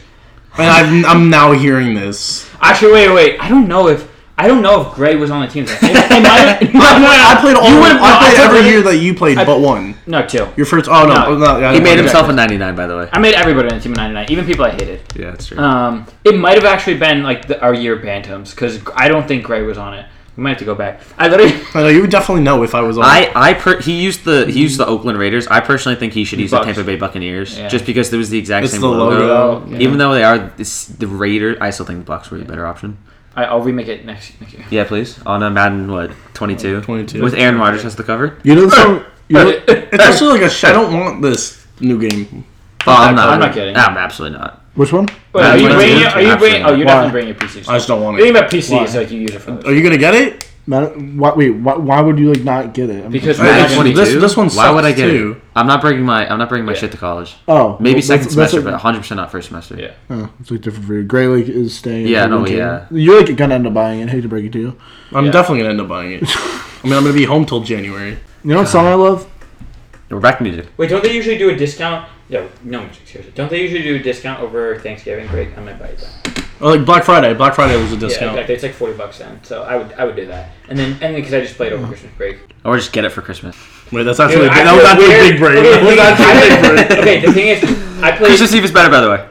And I'm, I'm now hearing this.
Actually, wait, wait. I don't know if I don't know if Gray was on the team. It, it might have- it might have-
I played all.
You would've-
I
no, I
played
played
every
every-
year that you played,
I-
but one.
no, two.
Your first. Oh no.
No.
oh, no, yeah,
He
I-
made
okay.
himself a ninety-nine, by the way.
I made everybody on Team 99, even people I hated.
Yeah, that's true.
Um, it might have actually been like the, our year of Bantams because I don't think Gray was on it. We might have to go back. I literally
I know you would definitely know if I was on.
I, I per- he used the he used the Oakland Raiders. I personally think he should use the
Bucks.
Tampa Bay Buccaneers
Yeah.
just because it was the exact
It's
same
the
logo.
logo,
yeah.
Even though they are this, the Raiders, I still think the Bucks were the better option.
I, I'll remake it next, next year.
Yeah, please on a Madden what twenty two
22.
with Aaron Rodgers as the cover.
You know the song. You know,
it's actually like a. Sh- I don't want this new game.
Oh, I'm not.
I'm not kidding.
No, I'm absolutely not.
which one?
Wait, are you
Madden
bringing?
22?
Are you bringing? Oh,
Absolutely
you're
not.
definitely bringing your PC.
I just don't want
The
it.
thing about PC is like you use it for
Are
this.
you gonna get it?
Man, why, wait, why, why would you like not get it? I mean,
because
I-
we're not
it's-
gonna be-
this- this one
Why would
sucks,
I get
too.
it? I'm not bringing my. I'm not bringing my shit to college.
oh,
Maybe
well,
second
that's- that's
semester,
what-
but 100 percent not first semester.
Yeah.
Oh, it's like different for you. Gray Lake is staying. in
Yeah,
the
no,
winter.
yeah.
You're like gonna end up buying it. Hate to break it to you.
I'm
Yeah.
definitely gonna end up buying it. I mean, I'm gonna be home till January.
You know what song I love?
We're back to music.
Wait, don't they usually do a discount? No, no music. Seriously, don't they usually do a discount over Thanksgiving break? I'm gonna buy it. Back.
Oh, like Black Friday. Black Friday was a
Yeah,
discount.
exactly. It's like forty bucks then. So I would I would do that, and then and because I just played over Christmas break.
Or just get it for Christmas.
Wait, that's actually
Dude, I
that was
feel
actually a
weird.
big break.
Okay,
That was
the thing
actually a big break.
is- okay, the thing is, I played.
Christmas Eve is better, by the way.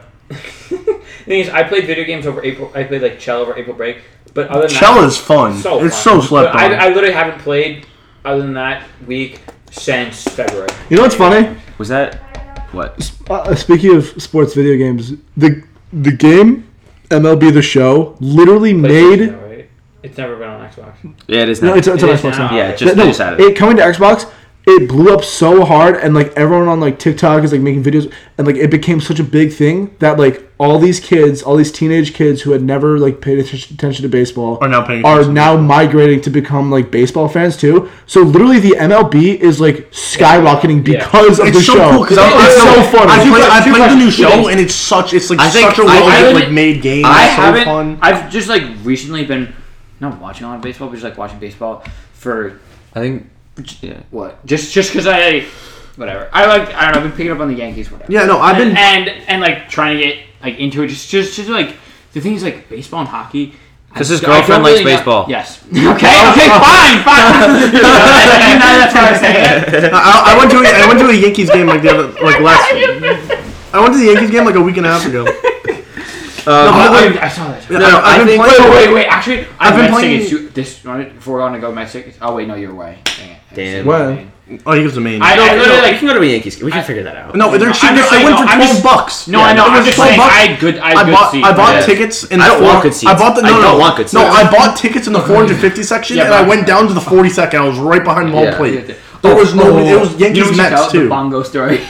The thing is, I played video games over April. I played like Chell over April break, but other than
Shell
that,
is fun.
so
it's
fun.
so slept
But
on.
I, I literally haven't played other than that week since February.
You know what's funny?
Was that what?
Uh, speaking of sports video games, the the game MLB The Show literally
PlayStation,
made.
though, right? It's never been on Xbox.
Yeah, it is.
No,
now.
it's, it's on
It is
Xbox
now.
now.
yeah, it just
no,
they just added it.
it coming to Xbox. It blew up so hard, and like everyone on like TikTok is like making videos, and like it became such a big thing that like all these kids, all these teenage kids who had never like paid atten- attention to baseball
Are now paying
are
attention.
now migrating to become like baseball fans too. So literally, the MLB is like skyrocketing
Yeah.
because of
it's
the
so
show.
cool because
it's so funny.
I played, I
Two
played the new
questions.
show and it's such it's like
I think-
such a
I-
I
well like
haven't-
made game.
I
it's so
haven't.
fun.
I've just like recently been not watching a lot of baseball, but just like watching baseball for
I think. Yeah.
what? Just just because I whatever. I like I don't know. I've been picking up on the Yankees. Whatever.
Yeah, no, I've been.
and, and and like trying to get like into it. Just just just like the thing is like baseball and hockey.
Because
I-
his
I don't
girlfriend likes
know-
baseball.
Yes. Okay. Okay. Fine. Fine. You know, that's how I say it.
I, I went to a, I went to a Yankees game like the other like last. I went to the Yankees game like a week and a half ago.
Uh,
but-
I, I saw that.
No, no,
I
I've been
think-
playing.
Wait, wait, wait. Actually, I've
been
been
playing-
playing this. Before we're gonna go Mets tickets. Oh wait, no, you're away. Dang it.
Damn.
What?
Oh, he gives the main.
I, I literally
we
like.
can go to a Yankees. We can
I-
figure that out.
no, they're
I
cheap.
know,
I
I
went
know,
for
I'm
twelve
just-
bucks.
No, I know.
It
I'm
was
just
12
saying.
bucks.
I had good. I had
I
good
bought,
seats.
I bought
Yeah.
tickets in the
I don't
four-
want good seats.
I bought the no,
I
no,
don't
no.
want good
No,
seats.
I bought tickets in the 450 section,
Yeah,
and I
but-
went down to the 40 second. I was right behind home
Yeah.
plate.
Yeah.
There was no.
Oh,
It was
you know
Yankees
what you
Mets
tell? The
too.
bongo story.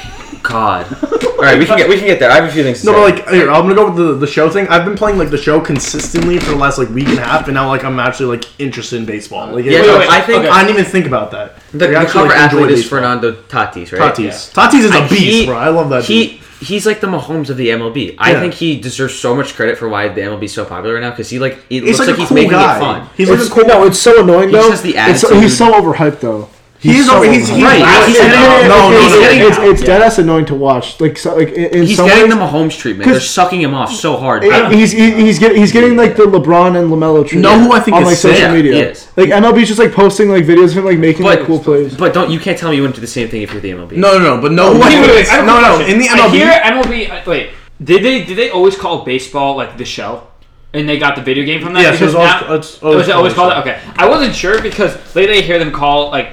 God. All right, we can get we can get there. I have a few things. To
No,
say.
but like here, I'm gonna go with the, the show thing. I've been playing like the show consistently for the last like week and a half, and now like I'm actually like interested in baseball. Like,
Yeah,
it-
no,
wait, wait,
I think
okay.
I didn't even think about that.
the,
We
the
actually,
cover
like, enjoy
athlete is
baseball.
Fernando Tatis, right?
Tatis. Tatis is a
I-
beast,
he-
bro. I love that. dude.
He he's like the Mahomes of the MLB. I
Yeah.
think he deserves so much credit for why the MLB is so popular right now because he like it looks
He's like,
like,
a
he's
cool
making
guy.
it fun.
He's like
It's
a cool.
cool. No, it's so annoying
He's
though.
just the
It's-
attitude.
he's so overhyped though.
He's over- he's- he's
overhyped.
laughing
He's getting-
at- no, no,
he's
no,
getting-
no.
It's, it's dead ass annoying to watch. Like so, like in, in
He's
some
getting
ways,
the Mahomes treatment. They're sucking him off so hard. I don't-
He's, he's he's getting he's getting like the LeBron and Lamelo treatment.
Know who I think
on
is
like
sick?
social
Yeah,
media.
he is.
Like MLB's just like posting like videos of him like making
But-
like cool plays.
But don't you can't tell me you wouldn't do the same thing if you're the MLB.
No, no, no, but no.
Wait, wait, wait, I have a
no, no.
question.
In the
I hear
MLB,
MLB. uh, Wait, did they did they always call baseball like the show? And they got the video game from that.
Yes, it
Because
was always-
now-
it's always
was it always
called
called that. Okay, I wasn't sure because later I hear them call like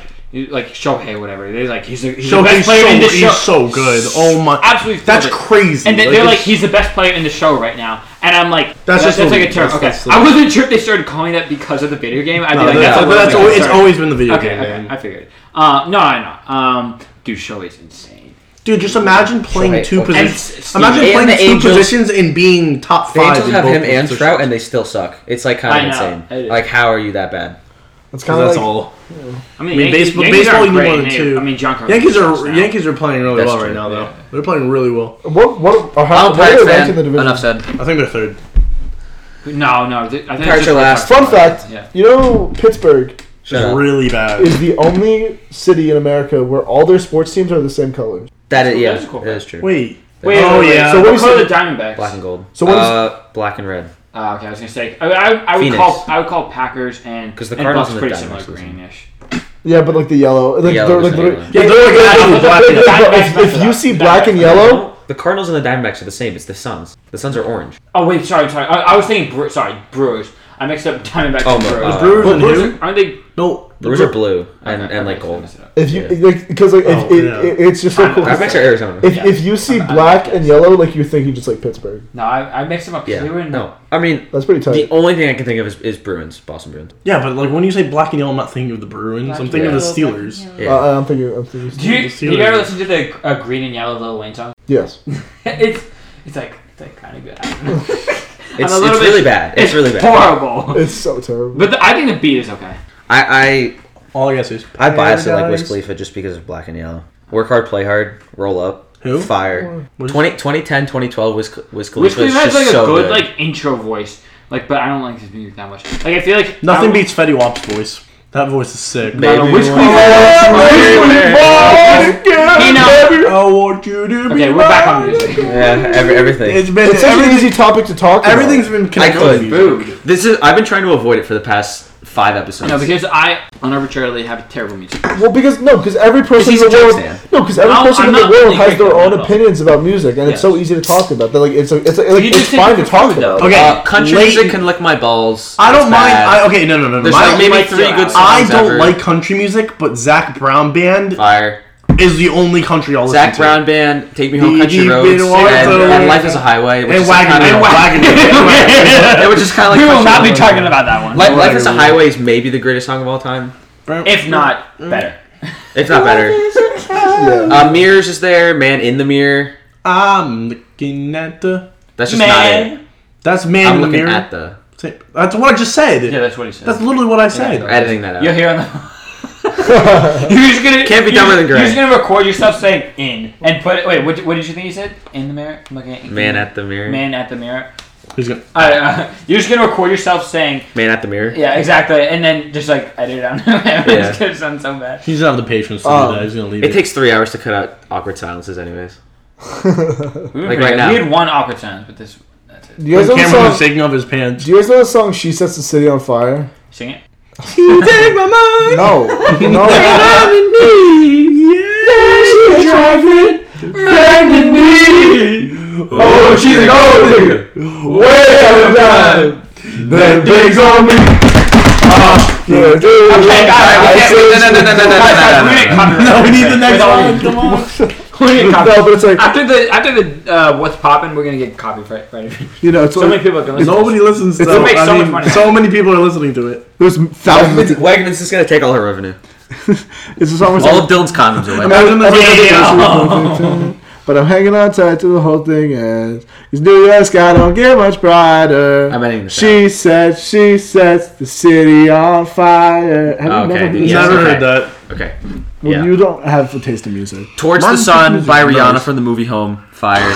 like Shohei whatever. They like he's, a, he's the best
Shohei's
player
so,
in this show.
he's so good. Oh my,
Absolutely,
that's
killed it.
crazy.
And they- they're like,
it's-
he's the best player in the show right now. And I'm like, that's
That's
just
just
that's
the-
like a term.
that's-
Okay,
that's the-
I wasn't sure if they started calling that because of the video game. I'd
No,
be like, that's,
that's,
a
but that's
little
always,
bit
it's
concerning.
always been the video
okay.
game,
Okay,
man.
I figured. Uh, no, I know. Um, dude, Shohei's insane.
Dude, just imagine playing
Shohei
two
Ohtani.
And
positions.
S-
Imagine
Steve-
playing
and
two
the Angels-
positions and being top
The
five.
Angels
in
have
both
him and
positions.
Trout, and they still suck. It's like
I
kind
know,
of
it
insane.
is.
Like, how are you that bad?
That's kind of
That's
like,
all.
I mean,
I mean,
Yankees,
baseball,
Yankees
baseball
aren't
you need
great,
one
and
and
they-
two.
I mean, John Carlos
Yankees
sucks
are
now.
Yankees are playing really
That's
well right
true,
now, though.
yeah.
They're playing really well.
What what are how,
I'm
where are
a Pirates
they ranked
fan.
in the division?
Enough said.
I think they're third.
No, no. th- I think it's
Pirates
just
are
like-
last.
Fun fact,
Yeah.
you know Pittsburgh
Shut up.
Really bad.
is the only city in America where all their sports teams are the same colors.
That is, yeah,
That's cool.
that is true.
Wait.
Wait,
Oh,
oh wait,
yeah.
yeah. So
what
what
is
color are
it?
the Diamondbacks?
Black and gold.
So what is-
uh, black and red?
Oh, okay, I was gonna say. I, I, I would
Phoenix.
call I would call Packers and
'Cause the
and
Cardinals
Bucks
and the
pretty
Diamondbacks
similar,
is-
greenish.
Yeah, but like the yellow, like they're
yellow is
like
the
literally-
yellow.
Yeah, they're like actually black and
Yeah.
if, if you see black and yellow,
The Cardinals and the Diamondbacks are the same. It's the Suns. The Suns are orange.
Oh wait, sorry, sorry. I, I was thinking Bre- sorry Brewers. I mixed up Diamondbacks
Oh,
and
my-
Brewers.
uh,
Brewers and
Brewers
who?
are- aren't they?
No.
The Brewers are blue and, and like
okay,
gold.
messed it up.
if you
Yeah.
like because like if,
Oh,
it,
yeah.
it- it's just so cool.
Diamondbacks are Arizona.
If,
Yeah.
if you see black and yellow, like you're thinking just like Pittsburgh.
No, I, I mixed them up. 'cause
yeah.
They were in
No. I mean,
That's pretty tight.
the only thing I can think of is, is Bruins, Boston Bruins.
Yeah, but like when you say black and yellow, I'm not thinking of the Bruins. I'm thinking of the
Black and yellow,
Steelers.
oh, Yeah.
Uh, I'm thinking. I'm thinking.
Do you,
The
do you ever
Steelers.
listen to the uh, Green and Yellow Lil Wayne song?
Yes.
it's it's like it's like kind of good. I don't know. I'm
it's
a little
it's
bit-
really bad. It's really bad.
horrible.
It's so terrible.
But the, I think the beat is okay.
I
All I guess is
I, I bias it like Wiz
Paradise.
Khalifa just because of black and yellow. Work hard, play hard, roll up,
Who?
fire.
Wiz-
20, 2010, 2012, Wiz, Wiz
Which
Khalifa is
Khalifa
just
has like
so
a good,
good.
like intro voice. Like, but I don't like his music that much. Like, I feel like
nothing
I,
beats Fetty Wap's voice. That voice is sick.
Baby,
Which
you
Khalifa?
want-
You know-
I want you to be
Okay, we're back on
mine.
music.
yeah, every, everything.
It's been
It's such an
everything-
easy topic to talk. about.
Everything's been connected.
could.
to music.
Food.
This is I've been trying to avoid it for the past five episodes.
No, because I unarbitrarily have terrible music.
well because no because every person in
he's
the
a Jets
world
fan.
no because every
No,
person
I'm
in the
not
world
really
has their
critical
own
about-
opinions about music and it's so
Yes.
easy to talk about that like it's a, it's a, like,
You
it's
just take
fine
it
to
for
talk
food,
about.
though.
Okay,
uh, country
late-
music can lick my balls.
I
It's
don't mind.
bad.
I, okay, no, no, no. no.
There's
My-
like maybe
like
three
two hours.
good songs.
I don't
ever.
like country music, but Zach Brown Band
Fire.
is the only country I'll
Zach
listen to.
Brown Band, Take Me Home
Deep in
Country Roads, and,
water.
and Life is a Highway. Which
and
is kind
Wagon
of,
and Wagon.
It was just kind of like.
we will
touching
not be
on-
talking about that one.
Li- Life, is a Highway is maybe the greatest song of all time,
if not
Mm.
better.
if not better. Uh, Mirrors is there. Man in the Mirror.
I'm looking at the.
That's just not it.
Man.
That's man
I'm
in the
looking
mirror.
at the.
That's what I just said.
Yeah, that's what he said.
That's literally what I said.
We're editing that out.
You're here on the. you're just gonna
Can't be
you're
dumber
just-
than Gray.
You're just gonna record yourself saying "in" and put it. Wait, what, what did you think you said? In the mirror, I'm looking at
Man at the mirror. Man,
man at the mirror.
He's gonna-
All right, uh, you're just gonna record yourself saying
at the mirror.
yeah, exactly, and then just like edit it on. it's gonna sound so bad.
He's not the patience to
Um,
do that. He's gonna leave
It
it.
takes three hours to cut out awkward silences, anyways.
We were
Like
pretty
right
good.
now.
we had one awkward sound, but this that's it.
Do you guys know the
Cameron was
song?
shaking off his pants.
Do you guys know the song "She Sets the City on Fire"?
Sing it.
You take my mind.
No, no.
Oh, she's a gold digger. Way out of time. That digs on me.
Okay, guys, we
No, no, no, no,
can't-
no, no, no, no, no, no.
No, we need the next
Wait, no,
one.
we need- we need
No,
copy-
but it's like
After the after the uh, what's popping, we're gonna get copyright. Right?
you know, it's
So many
like
people are gonna listen. to
Nobody listens to
It's- it
makes
I
so much
mean,
money.
So many people are listening to it.
there's thousands. Of,
Wegman's just gonna take all her revenue.
it's a song where it's
All
like,
of Dylan's condoms away.
Imagine the
Everybody
yeah.
goes, but I'm hanging on tight to the whole thing ends. This New York sky don't get much brighter.
I'm editing this
She says, she sets the city on fire. Have
Oh,
you
okay,
never heard
dude,
this?
yes.
Never
okay.
heard that.
Okay.
Well,
Yeah.
You don't have a taste in music.
Towards the
Martin
Sun
Scorsese
by
knows.
Rihanna from the movie Home. Fire.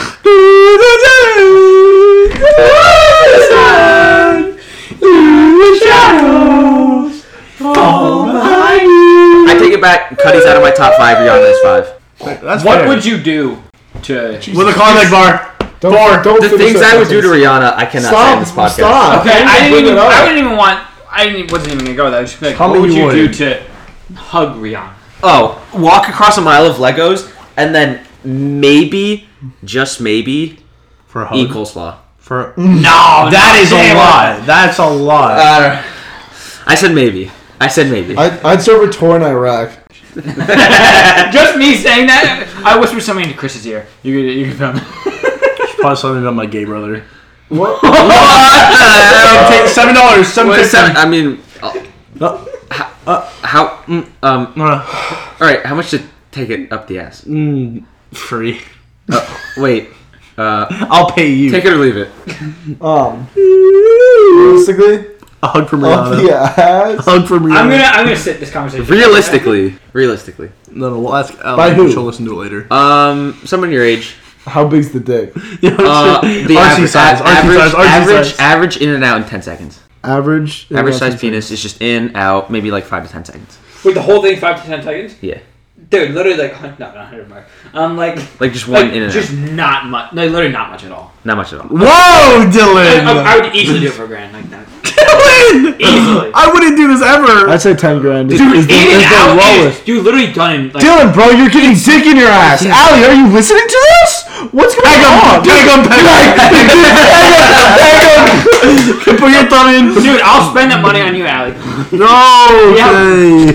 Oh,
I take it back. Cuddy's out of my top five. Rihanna is five.
That's
What
fair.
would you do to?
with a contact bar?
Don't, don't
The
finish
things
that
I would do to
sentence.
Rihanna, I cannot say on this
Stop,
podcast.
stop.
Okay, I
bring
didn't
it
even.
up.
I wouldn't even want. I didn't, wasn't even gonna go. That was just like,
Tell me
what would
you
you, do
would.
to hug Rihanna?
Oh, walk across a mile of Legos and then maybe, just maybe,
For a hug.
eat coleslaw.
For no, that is a
damn.
lot. That's a lot.
Uh, I said maybe. I said maybe.
I'd, I'd serve a tour in Iraq.
Just me saying that. I whispered something into Chris's ear. You could. You could.
Probably something about my gay brother.
What?
Take seven dollars. Seven
What is
fifty. Oh,
that? I mean, uh,
No.
how? mm, Um.
Uh,
All right. How much to take it up the ass?
mm, free.
Uh, wait. Uh,
I'll pay you.
take it or leave it.
Um, realistically,
a hug from
up
Rihanna.
the ass.
Hug from Rihanna.
I'm gonna. I'm gonna sit this conversation.
Realistically, realistically,
No, no. We'll ask. I'll,
By who?
She'll listen to it later.
um, someone your age,
How big's the dick?
uh, the
RC
average,
size.
a-
RC
average,
size. RC
average,
size.
average in and out in ten seconds.
Average.
Average size penis is just in, out, maybe like five to ten seconds.
Wait, the whole thing five to ten seconds.
Yeah,
Dude, literally like hun- no, not hundred mark. Um, like
like just one
like
in and
just not much. Like literally not much at all.
out, not much at all.
Whoa,
I,
Dylan.
I- I would easily do it for a grand like that.
Dylan.
Easily.
I wouldn't do this ever.
I'd say ten grand.
Dude,
is the,
in and
is the
out is-
lowest.
Dude, literally done in like.
Dylan, bro, you're getting dick in your ass. Allie, are you listening to this? What's going on?
Peg 'em, peg 'em. Put your thumb in.
Dude, I'll spend that money on you, Alec.
No.
Yeah.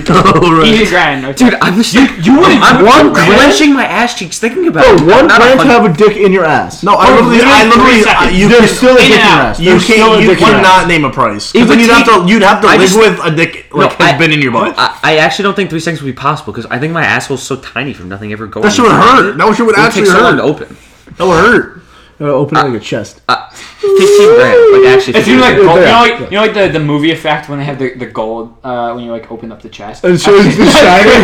Okay. All right.
Easy grand. Okay.
Dude, I'm just you, you
wouldn't
I'm,
do
I'm
one grand?
clenching my ass cheeks thinking about it.
Bro, one
Not a
grand to
hundred-
have a dick in your ass.
No, I
Oh,
literally,
three
I literally, I-
seconds.
you
there's still a dick in your
out.
ass.
You
There's still a
can't. You
dick in your
would
ass.
not name a price.
It
Because then
would
you'd have
take-
to. You'd have to
I
live
just-
with a dick like
No,
has
I-
been in your butt.
I, I actually don't think three seconds would be possible because I think my asshole's so tiny from nothing ever going.
that shit would hurt. That shit would
It would take
actually
so long to
hurt.
open.
That would hurt.
Uh, open it like a chest.
Uh, Fifteen grand, like actually.
If you
15
like,
grand.
gold, you
there.
know, like, you know, like the, the movie effect when they have the, the gold uh, when you like open up the chest.
And so it's the shining.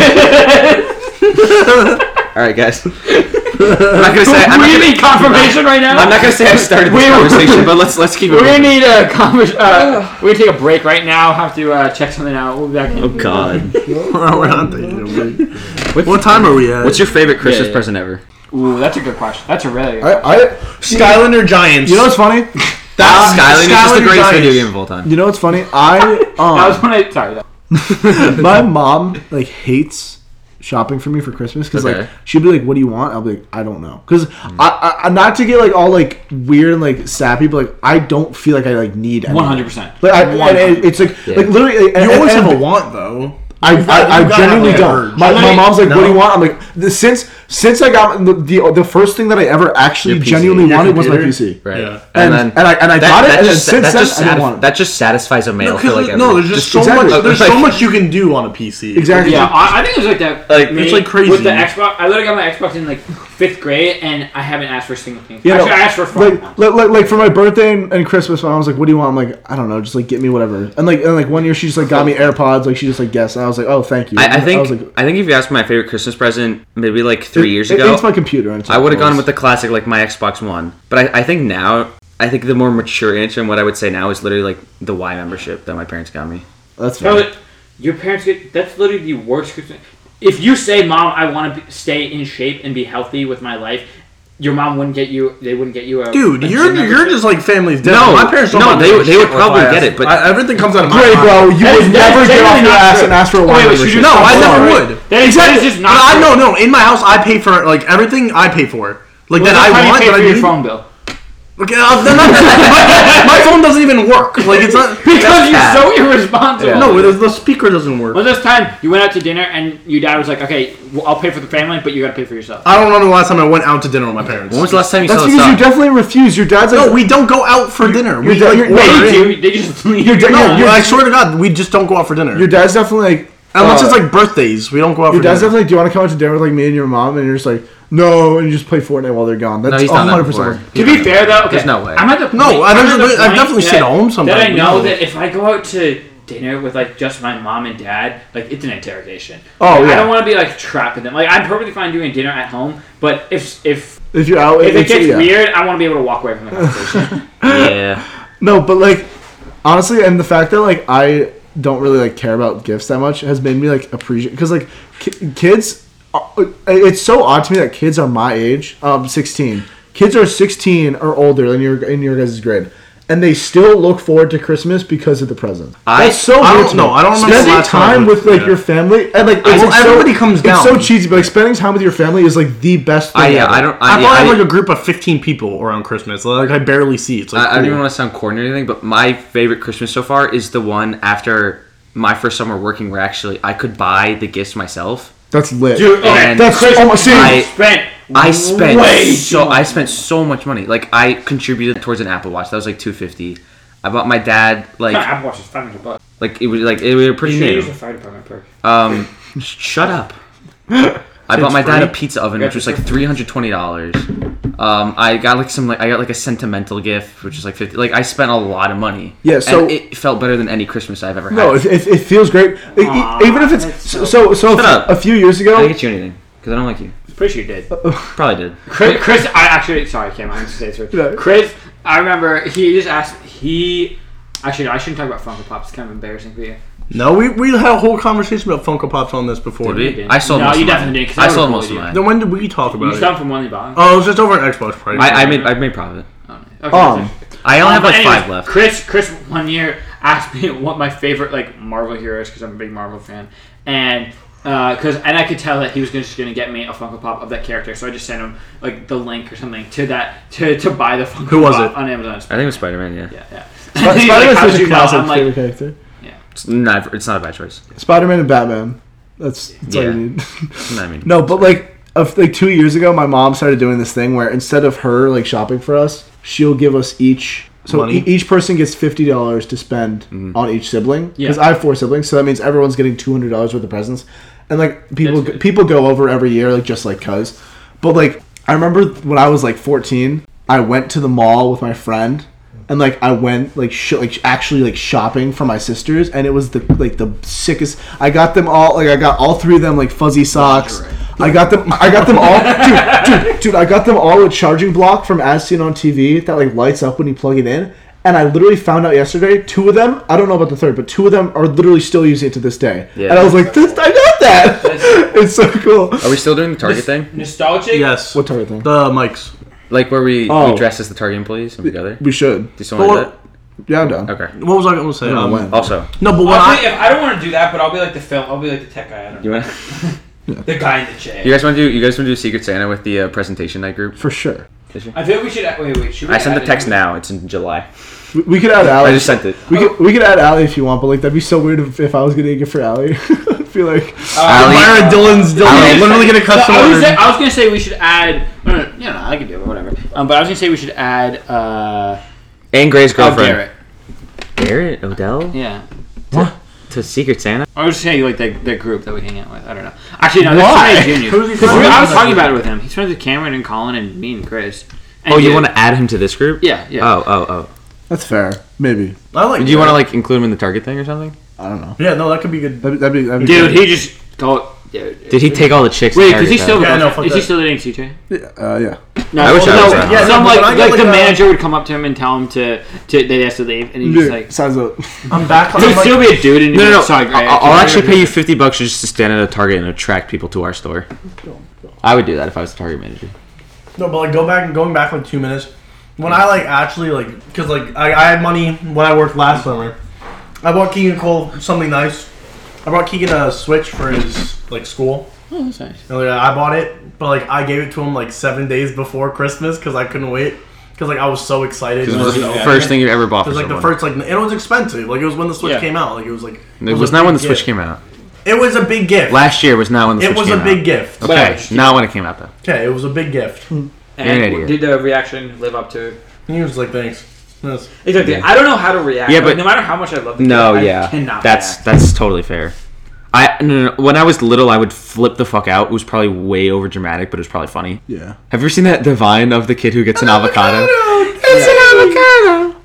All right, guys. I'm not gonna say. I'm
we
not gonna,
need confirmation right now.
I'm not gonna say I started this
We-
conversation, but let's let's keep it.
We're gonna
moving.
need a conversation. Uh, we're gonna take a break right now. Have to uh, check something out. We'll be back. In.
Oh God.
We're not taking it. What time are we at?
What's your favorite Christmas
yeah.
present ever?
Ooh, that's a good question. That's a really. Good
I, I,
Skylander Giants?
you know what's funny? Ah,
Skylanders Skyland is just the
Ah, Skylander
greatest video
Giants.
game of all time.
You know what's funny? I
that
um,
was when I. Sorry. That,
my mom like hates shopping for me for Christmas because
Okay.
like she'd be like, "What do you want?" I'll be like, "I don't know," because I, I not to get like all like weird and like sappy, but like I don't feel like I like need anything.
100%.
Like I, and it- it's like
Yeah.
like literally. and-
You
and-
always
and-
have a want though.
I,
You've got-
I, I
you've got
genuinely
that
don't.
urge.
My, my
Like,
mom's like, "What do you want?" I'm like, the, "Since since I got the, the the first thing that I ever actually
Your PC.
genuinely
Your
wanted was my
computer?
PC."
Right.
Yeah.
And, and, I and I got it, and then
just,
since
that
then
just
I didn't
satis-
want it.
that just satisfies a male.
No,
for like
because no,
everyone.
there's just, so
exactly.
much. There's so
Like-
much you can do on a PC.
exactly.
yeah, I, I think it was like that.
Like,
me
it's like crazy.
with the Xbox. I literally got my Xbox in like fifth grade, and I haven't asked for a single thing.
Yeah, no,
Actually, I asked for a phone.
like, like, like, like for my birthday and, and Christmas, my mom was like, "What do you want?" I'm like, "I don't know, just like get me whatever." And like, and like one year, she just like got me AirPods. Like she just like guessed, and I was like, "Oh, thank you."
I, I
And
think
was
I,
like,
think if you asked my favorite Christmas present, maybe like three
it-
years
it-
ago,
it's my computer. and it's
I would have
AirPods.
gone with the classic like my Xbox One. But I, I think now, I think the more mature answer and what I would say now is literally like the Y membership that my parents got me.
That's
No,
fine.
but your parents get. That's literally the worst. Christmas. If you say, "Mom, I want to be, stay in shape and be healthy with my life," your mom wouldn't get you. They wouldn't get you a
Dude,
a
you're
gym
you're
membership.
just like families.
No,
different. my parents don't
no,
want
they-
me to
they would
shit with
probably
my
get
ass.
it, but-
I, everything comes out of my
Great,
mouth.
bro. You
That is-
would
that is
never get off
genuinely
your
not
ass
true.
and ask for a
wait,
wine.
wait, so you
membership.
just-
No, I never
Sorry.
would.
That is, that is just not.
But I
true.
no no. In my house, I pay for like everything. I pay for like
Well, that's
that I
how you
want.
pay
that
for
I
your
need.
phone bill.
Okay, uh, no, no, my, my phone doesn't even work. Like it's not.
Because you're so irresponsible.
No, it is, the speaker doesn't work.
Well, this time you went out to dinner and your dad was like, "Okay, well, I'll pay for the family, but you got to pay for yourself."
I don't remember the last time I went out to dinner with my parents.
When was the last time you
That's
saw this?
because you
song?
definitely refuse. Your dad's like,
no, we don't go out for dinner. We
you're-
like
you're-
order
They
in.
do. They just leave.
You're-
No,
you're-
I swear to God, we just don't go out for dinner.
your dad's definitely like,
Unless it's like birthdays, we don't go out
Your
for
dad's
dinner.
definitely like, do you want to come out to dinner with like me and your mom? And you're just like, no, and you just play Fortnite while they're gone. That's
No, he's done that
100%.
before.
To be fair, though, okay,
There's no way.
I'm at the point,
No, I
I'm
don't-
at the
I've
point
definitely stayed
that-
at home sometimes,
That I know
no.
that if I go out to dinner with like just my mom and dad, like it's an interrogation.
Oh,
I
yeah.
don't want to be like trapped in them. Like I'm perfectly fine doing dinner at home, but if if
If you're out,
if it
it's-
gets
yeah.
weird, I want to be able to walk away from the conversation.
yeah.
No, but like honestly, and the fact that like I don't really like care about gifts that much has made me like appreciate because like ki- kids, are- it's so odd to me that kids are my age, um, sixteen. Kids are sixteen or older than your in your guys' grade. And they still look forward to Christmas because of the present.
I-
That's so weird
I don't
to me.
know. I don't remember the
spending
last time I
time
was-
with like
yeah.
your family and like it's,
well,
like, so-
everybody comes down.
It's so cheesy, but like spending time with your family is like the best. thing
I, yeah,
ever.
I don't. I,
I
yeah,
probably
I-
have like a group of fifteen people around Christmas. Like I barely see. It's like
I, I don't
cool.
even want to sound corny or anything, but my favorite Christmas so far is the one after my first summer working, where actually I could buy the gifts myself.
That's lit.
Dude, okay,
And
That's almost- see,
I-
spent
I spent
way
so
too much
I spent so much money. Like I contributed towards an Apple Watch that was like two fifty. I bought my dad
My
like
Apple Watch is five hundred bucks.
like it was like it was pretty
You should use the
new.
fire department perk.
Um, shut up. I bought my dad a pizza oven, which was like
Congratulations.
three hundred twenty dollars. Um, I got like some like I got like a sentimental gift, which is like fifty. Like I spent a lot of money.
Yeah, so-
and it felt better than any Christmas I've ever had.
No, it, it, it feels great. E- e- even if it's
that's
so so. so
Shut up.
a few years
I
ago,
didn't get you anything because I don't like you.
Pretty sure you did.
Probably did.
Chris, Chris, I actually sorry, Cam, I have to say this. first.
No.
Chris, I remember he just asked. He actually, no, I shouldn't talk about Funko Pops. It's kind of embarrassing for you.
No, we, we had a whole conversation about Funko Pops on this before.
Did
didn't.
we? I sold
No,
most
you
of mine.
definitely didn't, 'cause I
I sold
would've
most of
told you.
mine.
Then when did we talk
You
about it?
stopped from Wendy Bong.
Oh, it was just over an Xbox party.
I, I made I made profit.
Oh, Okay,
Um,
so-
I only have
but
like
anyways,
five left.
Chris, Chris, one year asked me what my favorite like Marvel hero is because I'm a big Marvel fan, and because and I could tell that he was gonna, just going to get me a Funko Pop of that character, so I just sent him like the link or something to that to, to buy the Funko
Who was
Pop
it?
on Amazon.
I think it was Spider Man. Yeah.
Yeah, yeah.
Sp-
He's
Spider-Man's
"How did
such a
you know?"
classic
I'm like,
favorite character.
It's not. It's not a bad choice.
Spider-Man and Batman. That's, that's all
Yeah.
you need.
You know what I mean,
no, but like, of, like two years ago, my mom started doing this thing where instead of her like shopping for us, she'll give us each. So
Money?
e- each person gets fifty dollars to spend
Mm-hmm.
on each sibling because
Yeah.
I have four siblings, so that means everyone's getting two hundred dollars worth of presents, and like people
That's good.
people go over every year like just like cuz, but like I remember when I was like fourteen, I went to the mall with my friend, and like I went like sh- like actually like shopping for my sisters, and it was the like the sickest. I got them all like I got all three of them like fuzzy socks. I got them. I got them all, dude, dude, dude. I got them all a charging block from As Seen on TV that like lights up when you plug it in. And I literally found out yesterday. Two of them. I don't know about the third, but two of them are literally still using it to this day.
Yeah.
And I was like, this, I got that. it's so cool.
are we still doing the Target thing?
Nostalgic.
yes.
What target thing?
the mics?
Like where we,
Oh.
we dress as the Target employees and we go there? Do
We should.
you still want to
Yeah, I'm down.
do that? Okay.
What was I gonna say?
I don't know
Um,
when.
Also,
no, but when
I'll
I
be, if I don't want to do that, but I'll be like the film. I'll be like the tech guy. I don't know.
you want
The guy in the chair.
you guys want to do you guys want to do Secret Santa with the uh, presentation night group?
For sure.
I feel we should. Wait, wait. Should we
I sent
add
the text
it?
now. It's in July.
We, we could add
I
Allie.
just sent it.
we could we could add Allie if you want, but like that'd be so weird if, if I was getting a gift for Allie. I feel like
Ali-
Myra Dillon's Dillon,
Ali-
literally gonna
So
custom
I, was
order.
say, I was gonna say we should add. No, no, you know, I can do it, whatever. Um, but I was gonna say we should add. Uh,
and Gray's
oh,
girlfriend.
Garrett.
Garrett Odell
Yeah.
to Secret Santa.
I was just saying like the, the group that we hang out with. I don't know. Actually, no, that's
Why?
Trey Junior.
Who's he
Because we-
friends
I was
with?
talking about it with him. He's friends with Cameron and Colin and me and Chris. And
Oh, you
Jay.
want to add him to this group?
Yeah, yeah.
Oh, oh,
that's fair. Maybe
I like.
oh. Do you want to like include him in the Target thing or something?
I don't know.
Yeah, no, that could be good.
That'd, be- that'd be that'd be
Dude, he just go. Dude.
Did he take all the chicks?
Wait,
to
because he's
Target,
still
though?
with
Yeah,
us.
no, fuck
is he
that.
still dating CJ?
Uh, yeah.
No,
I wish I was around.
Yeah,
Yeah,
some
no,
like,
but I
like,
got, like, uh,
the
a-
manager would come up to him and tell him to, to that he has to leave, and he's just
Dude,
like,
signs up.
I'm back on
he'd
like,
still be a dude. And he'd be
No, no, no.
like, Sorry, Greg, I
I'll, I'll
can't
actually
remember
pay you fifty bucks just to stand at a Target and attract people to our store. I would do that if I was the Target manager.
No, but like go back and going back like two minutes. When I like actually like because like I, I had money when I worked last summer. I bought Keegan Cole something nice. I bought Keegan a Switch for his like school.
who- Oh, that's nice.
And, like, I bought it, but like I gave it to him like seven days before Christmas because I couldn't wait because like I was so excited.
Because it was
Like,
the
you know,
first thing you ever bought
It
for
was like the
someone.
first like it was expensive. Like it was when the Switch
Yeah.
came out. Like it was like
it was not when the Switch came out.
It was a big gift.
Last year was not when the
it
Switch
was
came
a
out.
big gift.
Okay,
Whatever.
not when it came out though.
Okay, it was a big gift. And
And
You're an idiot.
did the reaction live up to?
he was like, "Thanks." Yes.
Exactly.
Yeah.
I don't know how to react.
Yeah,
Like,
but-
no matter how much I love the
No,
kid, I
yeah,
cannot
that's
react.
that's totally fair. I no, no, no. when I was little, I would flip the fuck out. It was probably way over dramatic, but it was probably funny.
Yeah.
Have you ever seen that divine of the kid who gets an, avocado?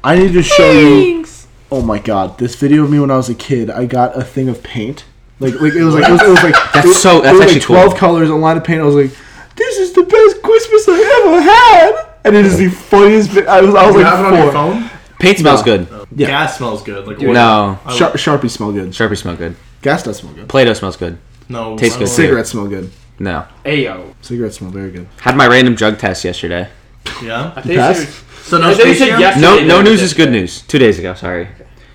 I need to show you. Oh my god, this video of me when I was a kid. I got a thing of paint. Like, like it was like it was, it was like
That's
it, was- it
so-
was
that's
like
actually cool.
twelve colors, a line of paint. I was like, this is the best Christmas I ever had, and it is the funniest. bit. I was I was
You
like
have it on your
four.
phone?
Paint smells good.
Yeah.
Gas smells good. Like oil.
No,
Shar- Sharpie smell good.
Sharpie smell good.
Gas does smell good.
Play-Doh smells good.
no.
Tastes
I
good.
don't like
Cigarettes smell good.
No.
Ayo.
Cigarettes smell very good.
Had my random drug test yesterday.
it. Yeah.
I think you said-
passed?
So no.
I thought you
space
said
jam?
yes.
No, no news is good news. Two days ago, sorry.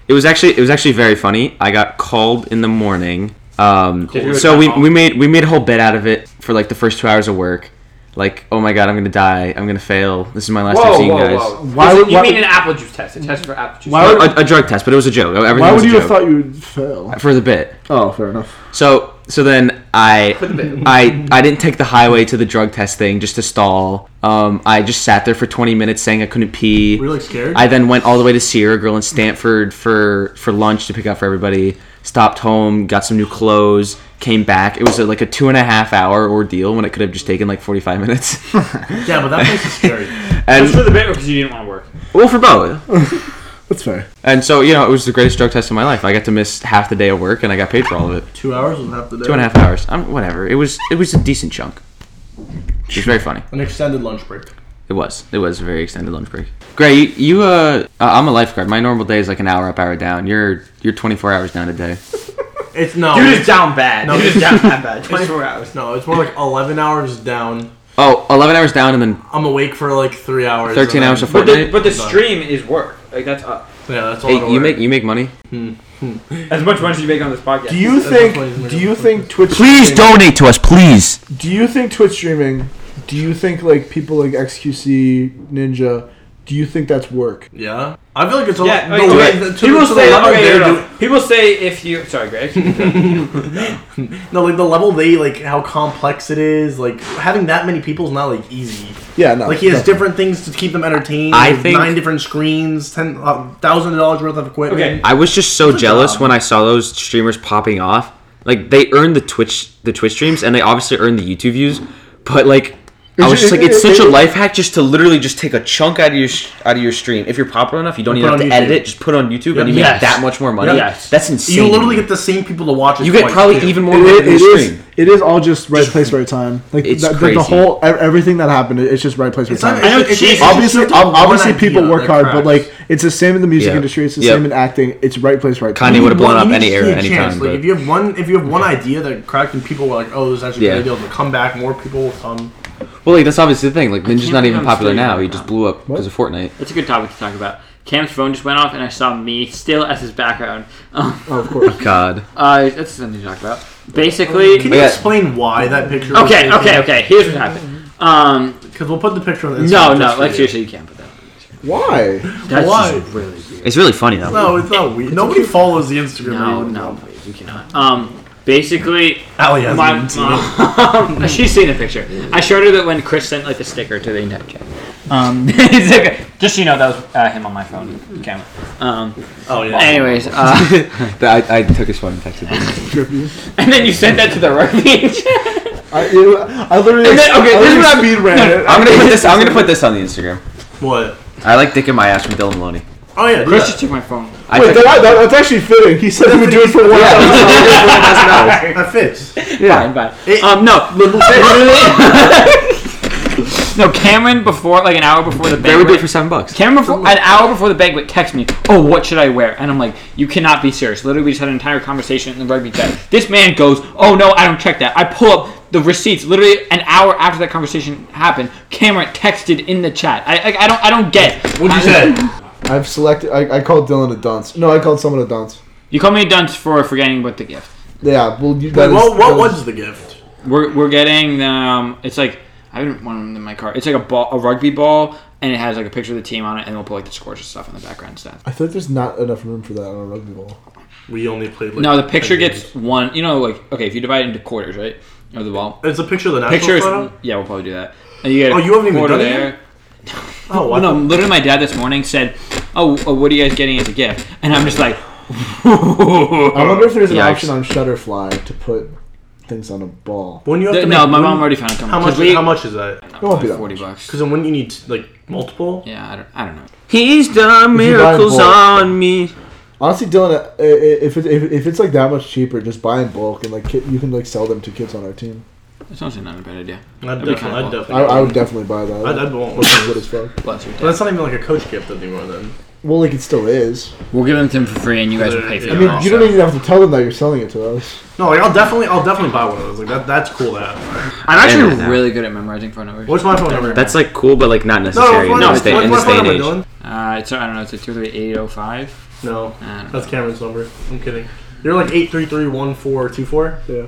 It was actually it was actually very funny. I got called in the morning. Um,
Did you
so we,
call?
we made we made a whole bit out of it for like the first two hours of work. Like, oh my god, I'm gonna die. I'm gonna fail. This is my last time
Whoa,
seeing you
whoa,
guys.
whoa!
Why
Why, you
would- why-
mean an apple juice test? A test for apple juice.
Why would-
A, a drug test, but it was a joke. Everything
Why
was
would
a
you
joke.
have thought you would fail?
for the bit?
Oh, fair enough.
So so then I
the bit.
I I didn't take the highway to the drug test thing just to stall. Um, I just sat there for 20 minutes saying I couldn't pee.
Were you like scared?
I then went all the way to Sierra Grill in Stanford for for lunch to pick up for everybody. Stopped home, got some new clothes, came back. It was uh, like a two and a half hour ordeal when it could have just taken like forty five minutes.
yeah, but that place is scary.
Just for
and
the bit, because you didn't want to work.
well, for both.
That's fair.
And so you know, it was the greatest drug test of my life. I got to miss half the day of work, and I got paid for all of it.
Two hours was half the day.
Two and a half hours. I'm whatever. It was it was a decent chunk. It was very funny.
An extended lunch break.
It was. It was a very extended lunch break. Gray, you, you uh, I- I'm a lifeguard. My normal day is like an hour up, hour down. You're you're 24 hours down a day.
It's no.
You're just down bad.
No.
You're just down that bad.
it's,
24 hours.
No, it's more like eleven hours down.
Oh, 11 hours down and then
I'm awake for like three hours.
13
and
hours
then-
of
But the,
Fortnite.
but the stream is work. Like that's up.
Yeah, that's all.
Hey,
I
you
work.
make you make money.
As much money as you make on this podcast.
Do you
That's not funny,
think?
it's
Do
like
you
a-
think Twitch? streaming-
donate to us, please.
Do you think Twitch streaming? Do you think like people like XQC Ninja? Do you think that's work?
Yeah, I feel like it's a
Yeah,
lot.
okay,
oh,
the way,
okay.
the, to,
people
to the
say
level
okay,
they're
no, no,
doing-
no. people say if you sorry Greg
No, like the level they like how complex it is. Like having that many people is not like easy.
Yeah, no.
Like he has
no.
different things to keep them entertained.
I
like,
think-
nine different screens, ten uh, thousand dollars worth of equipment.
Okay.
I was just so
Good
jealous
job.
when I saw those streamers popping off. Like they earned the Twitch the Twitch streams and they obviously earned the YouTube views, but like I was just like it's such a life hack just to literally just take a chunk out of your sh- out of your stream. If you're popular enough, you don't
Put
even have
it
to
on
edit
YouTube.
it. Just put it on YouTube and you
Yes.
make that much more money.
Yes.
That's insane.
You literally get the same people to watch. It
you get
twice,
probably
too.
even more
It,
money
it,
than the
it is.
stream.
It is all just right place, right time. Like
It's
the, the-
crazy.
the whole e- everything that happened. it- It's just right place, right
It's not-
time.
it's-
I know
it's-
cheese-
it's-
Obviously,
it's just
ob-
one
obviously,
idea
people work
that
hard,
cracks.
but like it's the same in the music
Yeah.
industry. It's the
Yep.
same in acting. It's right place, right time.
Kanye would have blown
Well,
up
you
any
just
era,
need a
any
chance.
time.
Like if
But
you have one, if you have one idea that cracked, and people were like, "Oh, this is actually
Yeah.
a good idea," to come back, more people will come.
well, like that's obviously the thing. Like Ninja's
can't
not
believe
even
I'm
popular
streaming
now.
right
He
now.
just blew up because of Fortnite.
that's a good topic to talk about Cam's phone just went off and I saw me still as his background um,
Oh, of course.
God.
uh, that's something to talk about basically
Can
I
you
got-
explain why that picture?
okay okay okay here's what happened um
Because we'll put the picture on the
no
Instagram
no
just for
like
you.
seriously you can't put that on.
Why?
that's
Why?
just really weird
It's really funny though.
No, it's not weird. Nobody follows the Instagram.
no
really.
no please you cannot um basically
Allie hasn't
my
even seen it.
mom, she's seen the picture. I showed her that when Chris sent like the sticker to the entire chat. Um, it's okay. Just so you know, that was uh, him on my phone camera. Um,
Oh yeah.
anyways, uh,
I, I took his phone and texted him.
and then you sent that to the rugby chat.
I, you- I literally.
And then- okay,
I
this is
literally
what I'm-
speed ran it.
I'm gonna put this. I'm gonna put this on the Instagram.
What?
I like dick in my ass from Dylan Maloney.
Oh yeah.
Chris just took my phone.
I
Wait,
took-
that, that, that's actually fitting. He said he would do it for one hour.
that, that fits.
Fine, fine. um, no, no. Cameron before like an hour before the
they would do it for
banquet.
seven bucks.
Cameron before an hour before the banquet texts me, "Oh, what should I wear?" And I'm like, "You cannot be serious." Literally, we just had an entire conversation in the rugby chat. This man goes, "Oh no, I don't check that." I pull up the receipts. Literally an hour after that conversation happened, Cameron texted in the chat. I I, I don't I don't get.
What'd you say?
I've selected. I, I called Dylan a dunce. No, I called someone a dunce.
You call me a dunce for forgetting about the gift.
Yeah, well, you,
Wait,
that
what
is-
what
that
was the gift?
We're we're getting um. It's like I haven't one of them in my car. It's like a ball, a rugby ball, and it has like a picture of the team on it, and we'll put like the scores and stuff in the background stuff.
I feel like there's not enough room for that on a rugby ball.
We only played. Like,
No, the picture
10 games.
gets one. You know, like okay, if you divide it into quarters, right? Of the ball.
It's a picture of the national
Picture is
photo.
yeah, we'll probably do that. And you get a
Oh, you haven't even
quarter
done it
there.
Oh,
Well,
I
no,
thought-
literally, my dad this morning said, "Oh, oh, what are you guys getting as a gift?" And I'm just like,
I wonder if there's an
Yikes.
option on Shutterfly to put things on a ball.
When you have
Th-
to
no,
make-
my
when-
mom already found it.
How much? how much is that?
It won't be that
Forty
much.
bucks.
Because then when you need like multiple.
Yeah, I don't, I don't know.
He's done
If you buy
miracles
bulk-
on me.
Honestly, Dylan, uh, i- i- if it, if if it's like that much cheaper, just buy in bulk and like ki- you can like sell them to kids on our team.
It's honestly not a bad idea.
I'd
That'd be
definitely.
kinda
I'd
cool.
definitely.
I, I would definitely buy that.
I'd- I'd want-
Looks good as fuck.
Bless your
But
dad.
that's not even like a coach gift anymore. Then
Well, like it still is.
We'll give them to him for free, and you guys will pay for
I
I
it.
mean,
Yeah,
you don't even have to tell them that you're selling it to us.
no, like I'll definitely, I'll definitely buy one of those. Like that, that's cool. to have.
I'm actually
Yeah, yeah.
really good at memorizing phone numbers.
What's my phone number?
That's like cool, but like not
no,
necessary
what's my,
in this
what's
day, in
my
this
phone
day and
number,
age.
Dylan?
Uh, it's I don't know. It's a two three eight zero five.
No,
I don't know.
that's Cameron's number. I'm kidding. You're like eight three three one four two four.
Yeah.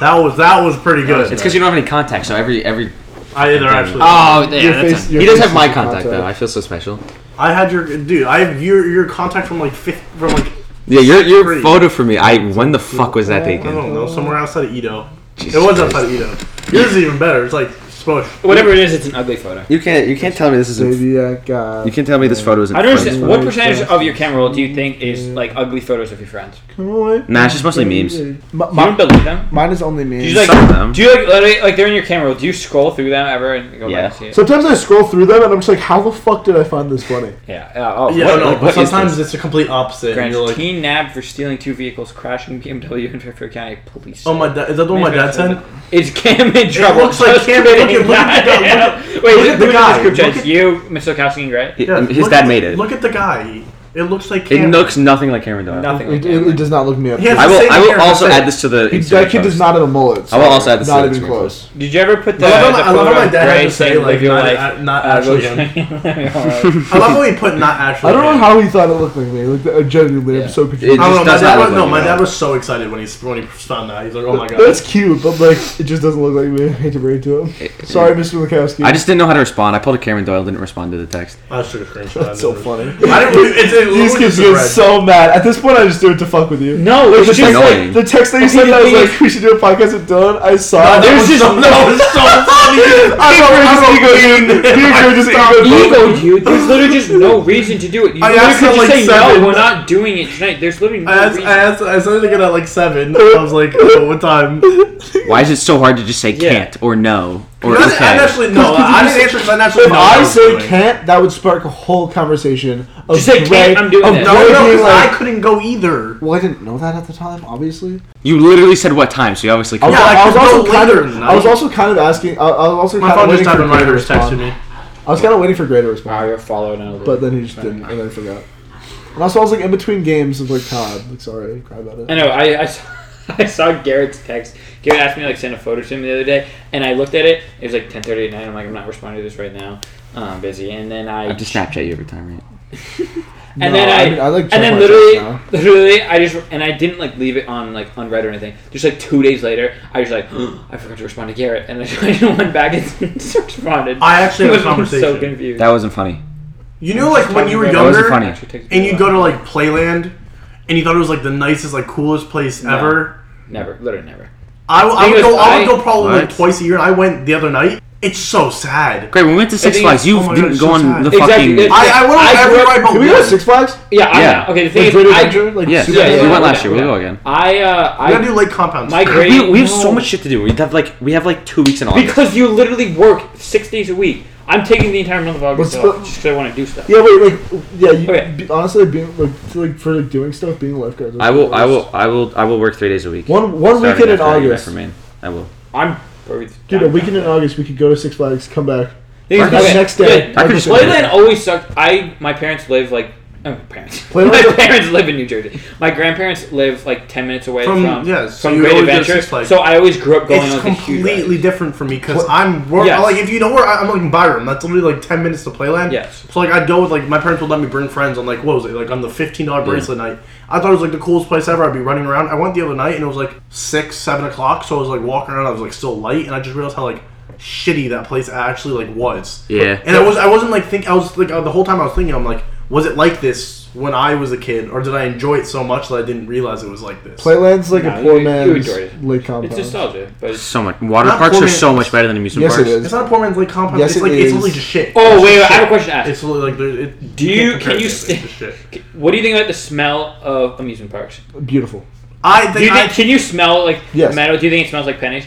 That was that was pretty good.
It's because you don't have any contact, so every every
I either actually.
Oh, yeah,
Your
that's
face-
a-
your
he does
face
have my
is the
contact though. I feel so special.
I had your dude. I have your your contact from like fifth from like
Yeah, your your
Free.
photo for me. I when the fuck was that
I
taken?
don't know somewhere outside of Edo.
Jesus
It was
Christ.
outside of Edo. Yours is even better. It's like smush.
Whatever it is, it's an ugly photo.
You can't you can't tell me this isn't.
Zodiac God.
You can't tell me this photo isn't.
I don't understand.
framed.
What percentage of your camera roll do you think is like ugly photos of your friends?
Nah, it's just mostly memes.
M- my-
Hmm.
You don't believe them?
mine is only
Do
memes.
you like?
Some of them.
Do you like literally like they're in your camera roll? Do you scroll through them ever and go
Yeah.
back and see it?
Sometimes I scroll through them and I'm just like, how the fuck did I find this funny?
yeah. yeah. Oh,
Yeah,
what,
no,
like,
but
what is
sometimes
this?
it's a complete opposite. and
Grant,
you're like,
teen nabbed for stealing two vehicles, crashing BMW in Fairfield County. Police.
oh my, da- is that the one my dad sent?
It's Cam in trouble.
looks like
Just
Cam in-
kidding.
look at- look at
Yeah. Wait,
look at the
look
guy.
at this group
Look
chat.
at-
It's you, Mr. Kowski, and Grant.
He-
Yeah,
His
look
dad
at-
made it.
Look at the guy. It looks like
It
Cameron.
looks nothing like Cameron Doyle.
Nothing.
It,
Like
it, it
that.
does not look me up.
He has
I will.
Same
I will
here,
also
that's it.
add this to the.
He-
Instagram
that kid does
post.
not have a mullet.
I will also add this
Not
to the
even
Instagram
close.
Did you ever put the?
I love
the
how my- I love how
photo
my
of
dad had
Gray
to say,
saying,
like,
live your
not-
life,
uh, not
uh,
actually
go
him.
Jane. Live your life.
I love how he put not actually.
I don't know
him.
how he thought it looked like me. Like uh, genuinely,
Yeah.
I'm so
It
confused.
just
I don't know. My
does not
dad,
look
was, no,
like
my
you.
dad was so excited when he when he found that. He's like, oh my god.
That's cute, but like it just doesn't look like me. I hate to break it to him. Sorry, Mr. Lukowski.
I just didn't know how to respond. I pulled a Cameron Doyle, didn't respond to the text.
I just took a screenshot.
That's so funny.
I didn't. It's, it
These
was
kids
just
get
red.
so mad. At this point, I just do it to fuck with you.
No, it's
The text,
just
annoying.
the text that you
Okay,
sent,
the
I was
thing
like,
is-
we should do a podcast with Dylan. I saw. it.
That was
I'm
so, that was so funny.
I'm I'm just egoing. You're just egoing.
ego, dude. There's literally just no reason to do it. You
I
literally
asked
could
her,
just
like,
say
seven.
no. We're not doing it tonight. There's literally no
I asked,
reason.
I asked, I started to get at like seven. I was like, oh, what time?
Why is it so hard to just say
Yeah.
can't or no or
I
okay?
naturally no. I didn't answer because I naturally
If
know.
I
what was
say
doing.
can't, that would spark a whole conversation. Of
Just say can't,
Dre-
I'm doing
of
this.
No,
Dre
no,
being
because
like,
I couldn't go either.
well, I didn't know that at the time, obviously.
You literally said what time, so you obviously.
I was,
couldn't-
Yeah, I
I was
could go
also kind
later
of,
than
I was
that.
also kind of asking. I, I was also
My
kind of
phone just
waiting for
died
Gray
when
to
Ryder was
respond.
texting me.
I was kind of waiting for Gray to respond,
Wow, you're followed now.
but then he just didn't, and then I forgot. And also, I was like in between games of like COD. Like, sorry, cry about it.
I know. I, I, saw, I saw Garrett's text. Garrett asked me to, like send a photo to him the other day, and I looked at it. It was like 10:30 at night. I'm like, I'm not responding to this right now. Uh, I'm busy. And then I,
I have to Snapchat you every time, right?
No,
and then I,
I mean, I, like, check
and then
my
literally,
text now.
literally, I just and I didn't like leave it on like on Reddit or anything. Just like two days later, I was like, I forgot to respond to Garrett, and I just went back and just responded.
I actually had a
I'm so
conversation.
confused.
That wasn't funny.
You knew like when you were
That
wasn't
younger,
funny.
and you go to like Playland, and you thought it was like the nicest, like coolest place
No.
ever.
never, literally never.
I, I would
Because
go. I,
I-
would go probably like
What?
twice a year, and I went the other night. It's so sad.
Great, when we went to Six
thing
Flags,
is-
you
oh my God,
didn't
it's
go
so
on
sad.
the
Exactly,
fucking.
it-
I, I went
I
on every
grew up-
ride but
Can we go to
one.
Six Flags?
Yeah, I
Yeah.
know. Okay, the thing
Like,
is,
Greater
I,
Adventure? Like,
yeah,
Super
yeah,
we
yeah,
went
yeah.
last year. We'll go again.
I uh,
We gotta
I
do late compounds.
my grade.
We, we have
no.
so much shit to do. We have like we have like two weeks in August.
Because you literally work six days a week. I'm taking the entire month of August
What's
off
the-
just because I want to do stuff.
Yeah, wait, like, yeah, you,
Okay.
be, honestly, being like, for, like for like doing stuff, being a lifeguard. is
I will. I
the
will.
worst.
I will. I will work three days a week.
One one
Starting
weekend in
after I get back
August,
from Maine. I will.
I'm breathed.
dude, a weekend in August, we could go to Six Flags, come back.
Things-
That next day,
I could just
play
Playland always sucked. I my parents live like oh, parents. my
Playland-
parents live in New Jersey. My grandparents live like ten minutes away
From-
from
yeah, so
from
you
Great
always go to
Adventure.
Six Flags.
So I always grew up going
It's
on like, a huge
completely
ride.
different for me because I'm work,
Yes.
like if you know where I, I'm like in Byram, that's literally like ten minutes to Playland.
Yes.
So like I'd go with like my parents would let me bring friends on like what was it like on the fifteen dollar bracelet night. I thought it was like the coolest place ever. I'd be running around. I went the other night and it was like six seven o'clock, so I was like walking around. I was like still light, and I just realized how like shitty that place actually like was.
Yeah.
And I was I wasn't like think I was like uh, the whole time I was thinking I'm like was it like this when I was a kid or did I enjoy it so much that I didn't realize it was like this?
Playland's like
No,
a
you-
poor
you
man's
enjoyed it.
lake compound.
It's uh, nostalgia, but it's,
So much. Water
Not
parks
four
are
minutes.
so much better than amusement
yes, it
parks.
is.
It's not a poor man's like compound.
Yes,
it's
it
like
is.
it's literally just shit.
oh wait, wait, I have
Shit.
a question to ask.
It's literally like there. It,
Do you-
can't compare
can you
it to
st-
anything, it's just shit.
What do you think about the smell of amusement parks?
Beautiful.
I
Do you
think,
think?
I,
Can you smell like
Yes.
metal? Do you think it smells like pennies?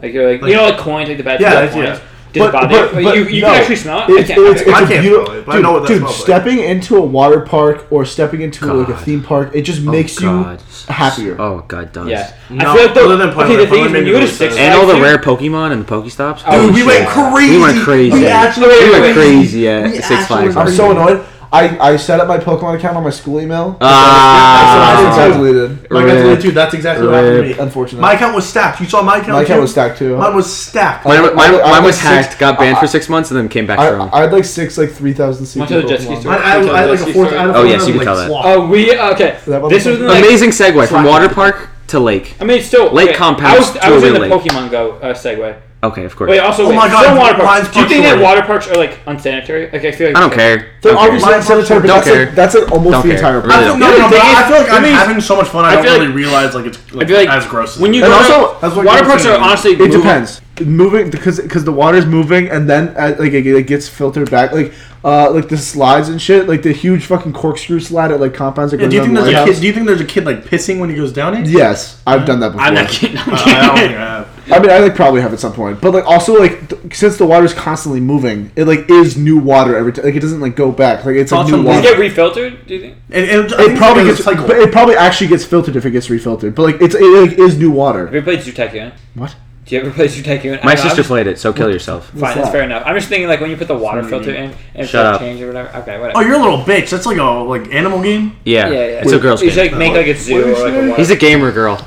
Like you're like,
Like-
you know like coins, like the bad
Yeah,
smell
that's-
coins.
yeah.
Does it
But-
bother
but-
you?
but
you, you
no.
can actually smell it. I
It's,
can't.
it's, it's
I
a
can't
beautiful.
smell it, but I
dude,
know what that
dude
smells like.
stepping into a water park or stepping into like a
God.
theme park, it
Oh,
just makes you happier.
Oh god, does.
yeah.
No,
I feel like the,
other than Pokemon,
okay, the thing is
Pokemon
when you
made
go to
me
Six
really
And all
Flags, dude,
the rare Pokemon and the Pokestops.
Oh,
we
shit.
went crazy.
We went crazy.
We actually-
We
wait,
went
wait.
crazy at
We
Six Flags.
I'm so annoyed. I, I set up my Pokemon account on my school email.
Ah. I
Ah.
did
I
too.
deleted.
Like, that's
Rip.
really- dude, that's exactly what happened to me.
Unfortunately,
My account was stacked. You saw my account.
my account
too?
was stacked too.
Mine was stacked.
Mine, mine,
I- I-
mine
I-
was
I-
hacked, got banned
I-
for six months, and then came back
I,
strong.
I had like six, like three thousand six.
Went to the jet ski store.
Mine, I, had- I had like a fourth. I had a
Oh,
fourth
yes, you
like,
can tell that.
slot.
Oh, we uh, okay.
That one
This
was-
was in, like,
Amazing segue from
Slap.
water park to lake.
I mean, it's still
Lake
okay,
compounds
I was, I
to
was
a
in the
lake.
Pokemon Go uh, segue.
Okay, of course.
Wait, also,
Oh
wait,
my God,
still water parks.
mine's
Do you think that
punctuated.
water parks are like unsanitary? Like, I feel like
I don't care.
They're
Don't care.
obviously
care.
on sanitary, but
Don't
that's
care.
like, that's like almost
Don't
the
care.
entire.
Really
park.
don't.
No,
The
no, no,
thing
but
is-
I feel like
I
I'm
mean-
having so much fun. I,
I
don't
feel
really
like-
realize like it's like,
I feel like
as gross. As
when
it
you
And
go to-
also-
That's what
water
you're
parks are
saying.
honestly
It depends. Moving because because the water's moving and then uh, like it, it gets filtered back like uh like the slides and shit like the huge fucking corkscrew slide at like compounds. That
Yeah,
goes
do you
down
think
the
there's a
lighthouse.
kid? Do you think there's a kid like pissing when he goes down it?
Yes, I've done that before.
I'm not kidding. I'm
Uh,
kidding.
I don't think I have.
I mean, I like probably have at some point, but like also like th- since the water's constantly moving, it like is new water every time. Like it doesn't like go back. Like it's like
Also,
new
does
water.
Does it get refiltered? Do you think?
It, it, I think
it
it's
probably
like a
gets,
cycle.
but it probably actually gets filtered if it gets refiltered. But like it's it like is new
Have
water.
you played Zootekion?
What?
Do you ever play Zootekion?
My
I-
sister
I'm-
played it, so kill yourself.
What's
Fine, that's
that?
fair enough. I'm just thinking like when you put the water filter in and it's
Shut
like
up.
change or whatever. Okay, whatever.
oh, you're a little bitch. That's like a like animal game.
Yeah,
yeah, yeah.
it's a girl's
You should
game.
like make like a zoo or like a water.
He's a gamer girl.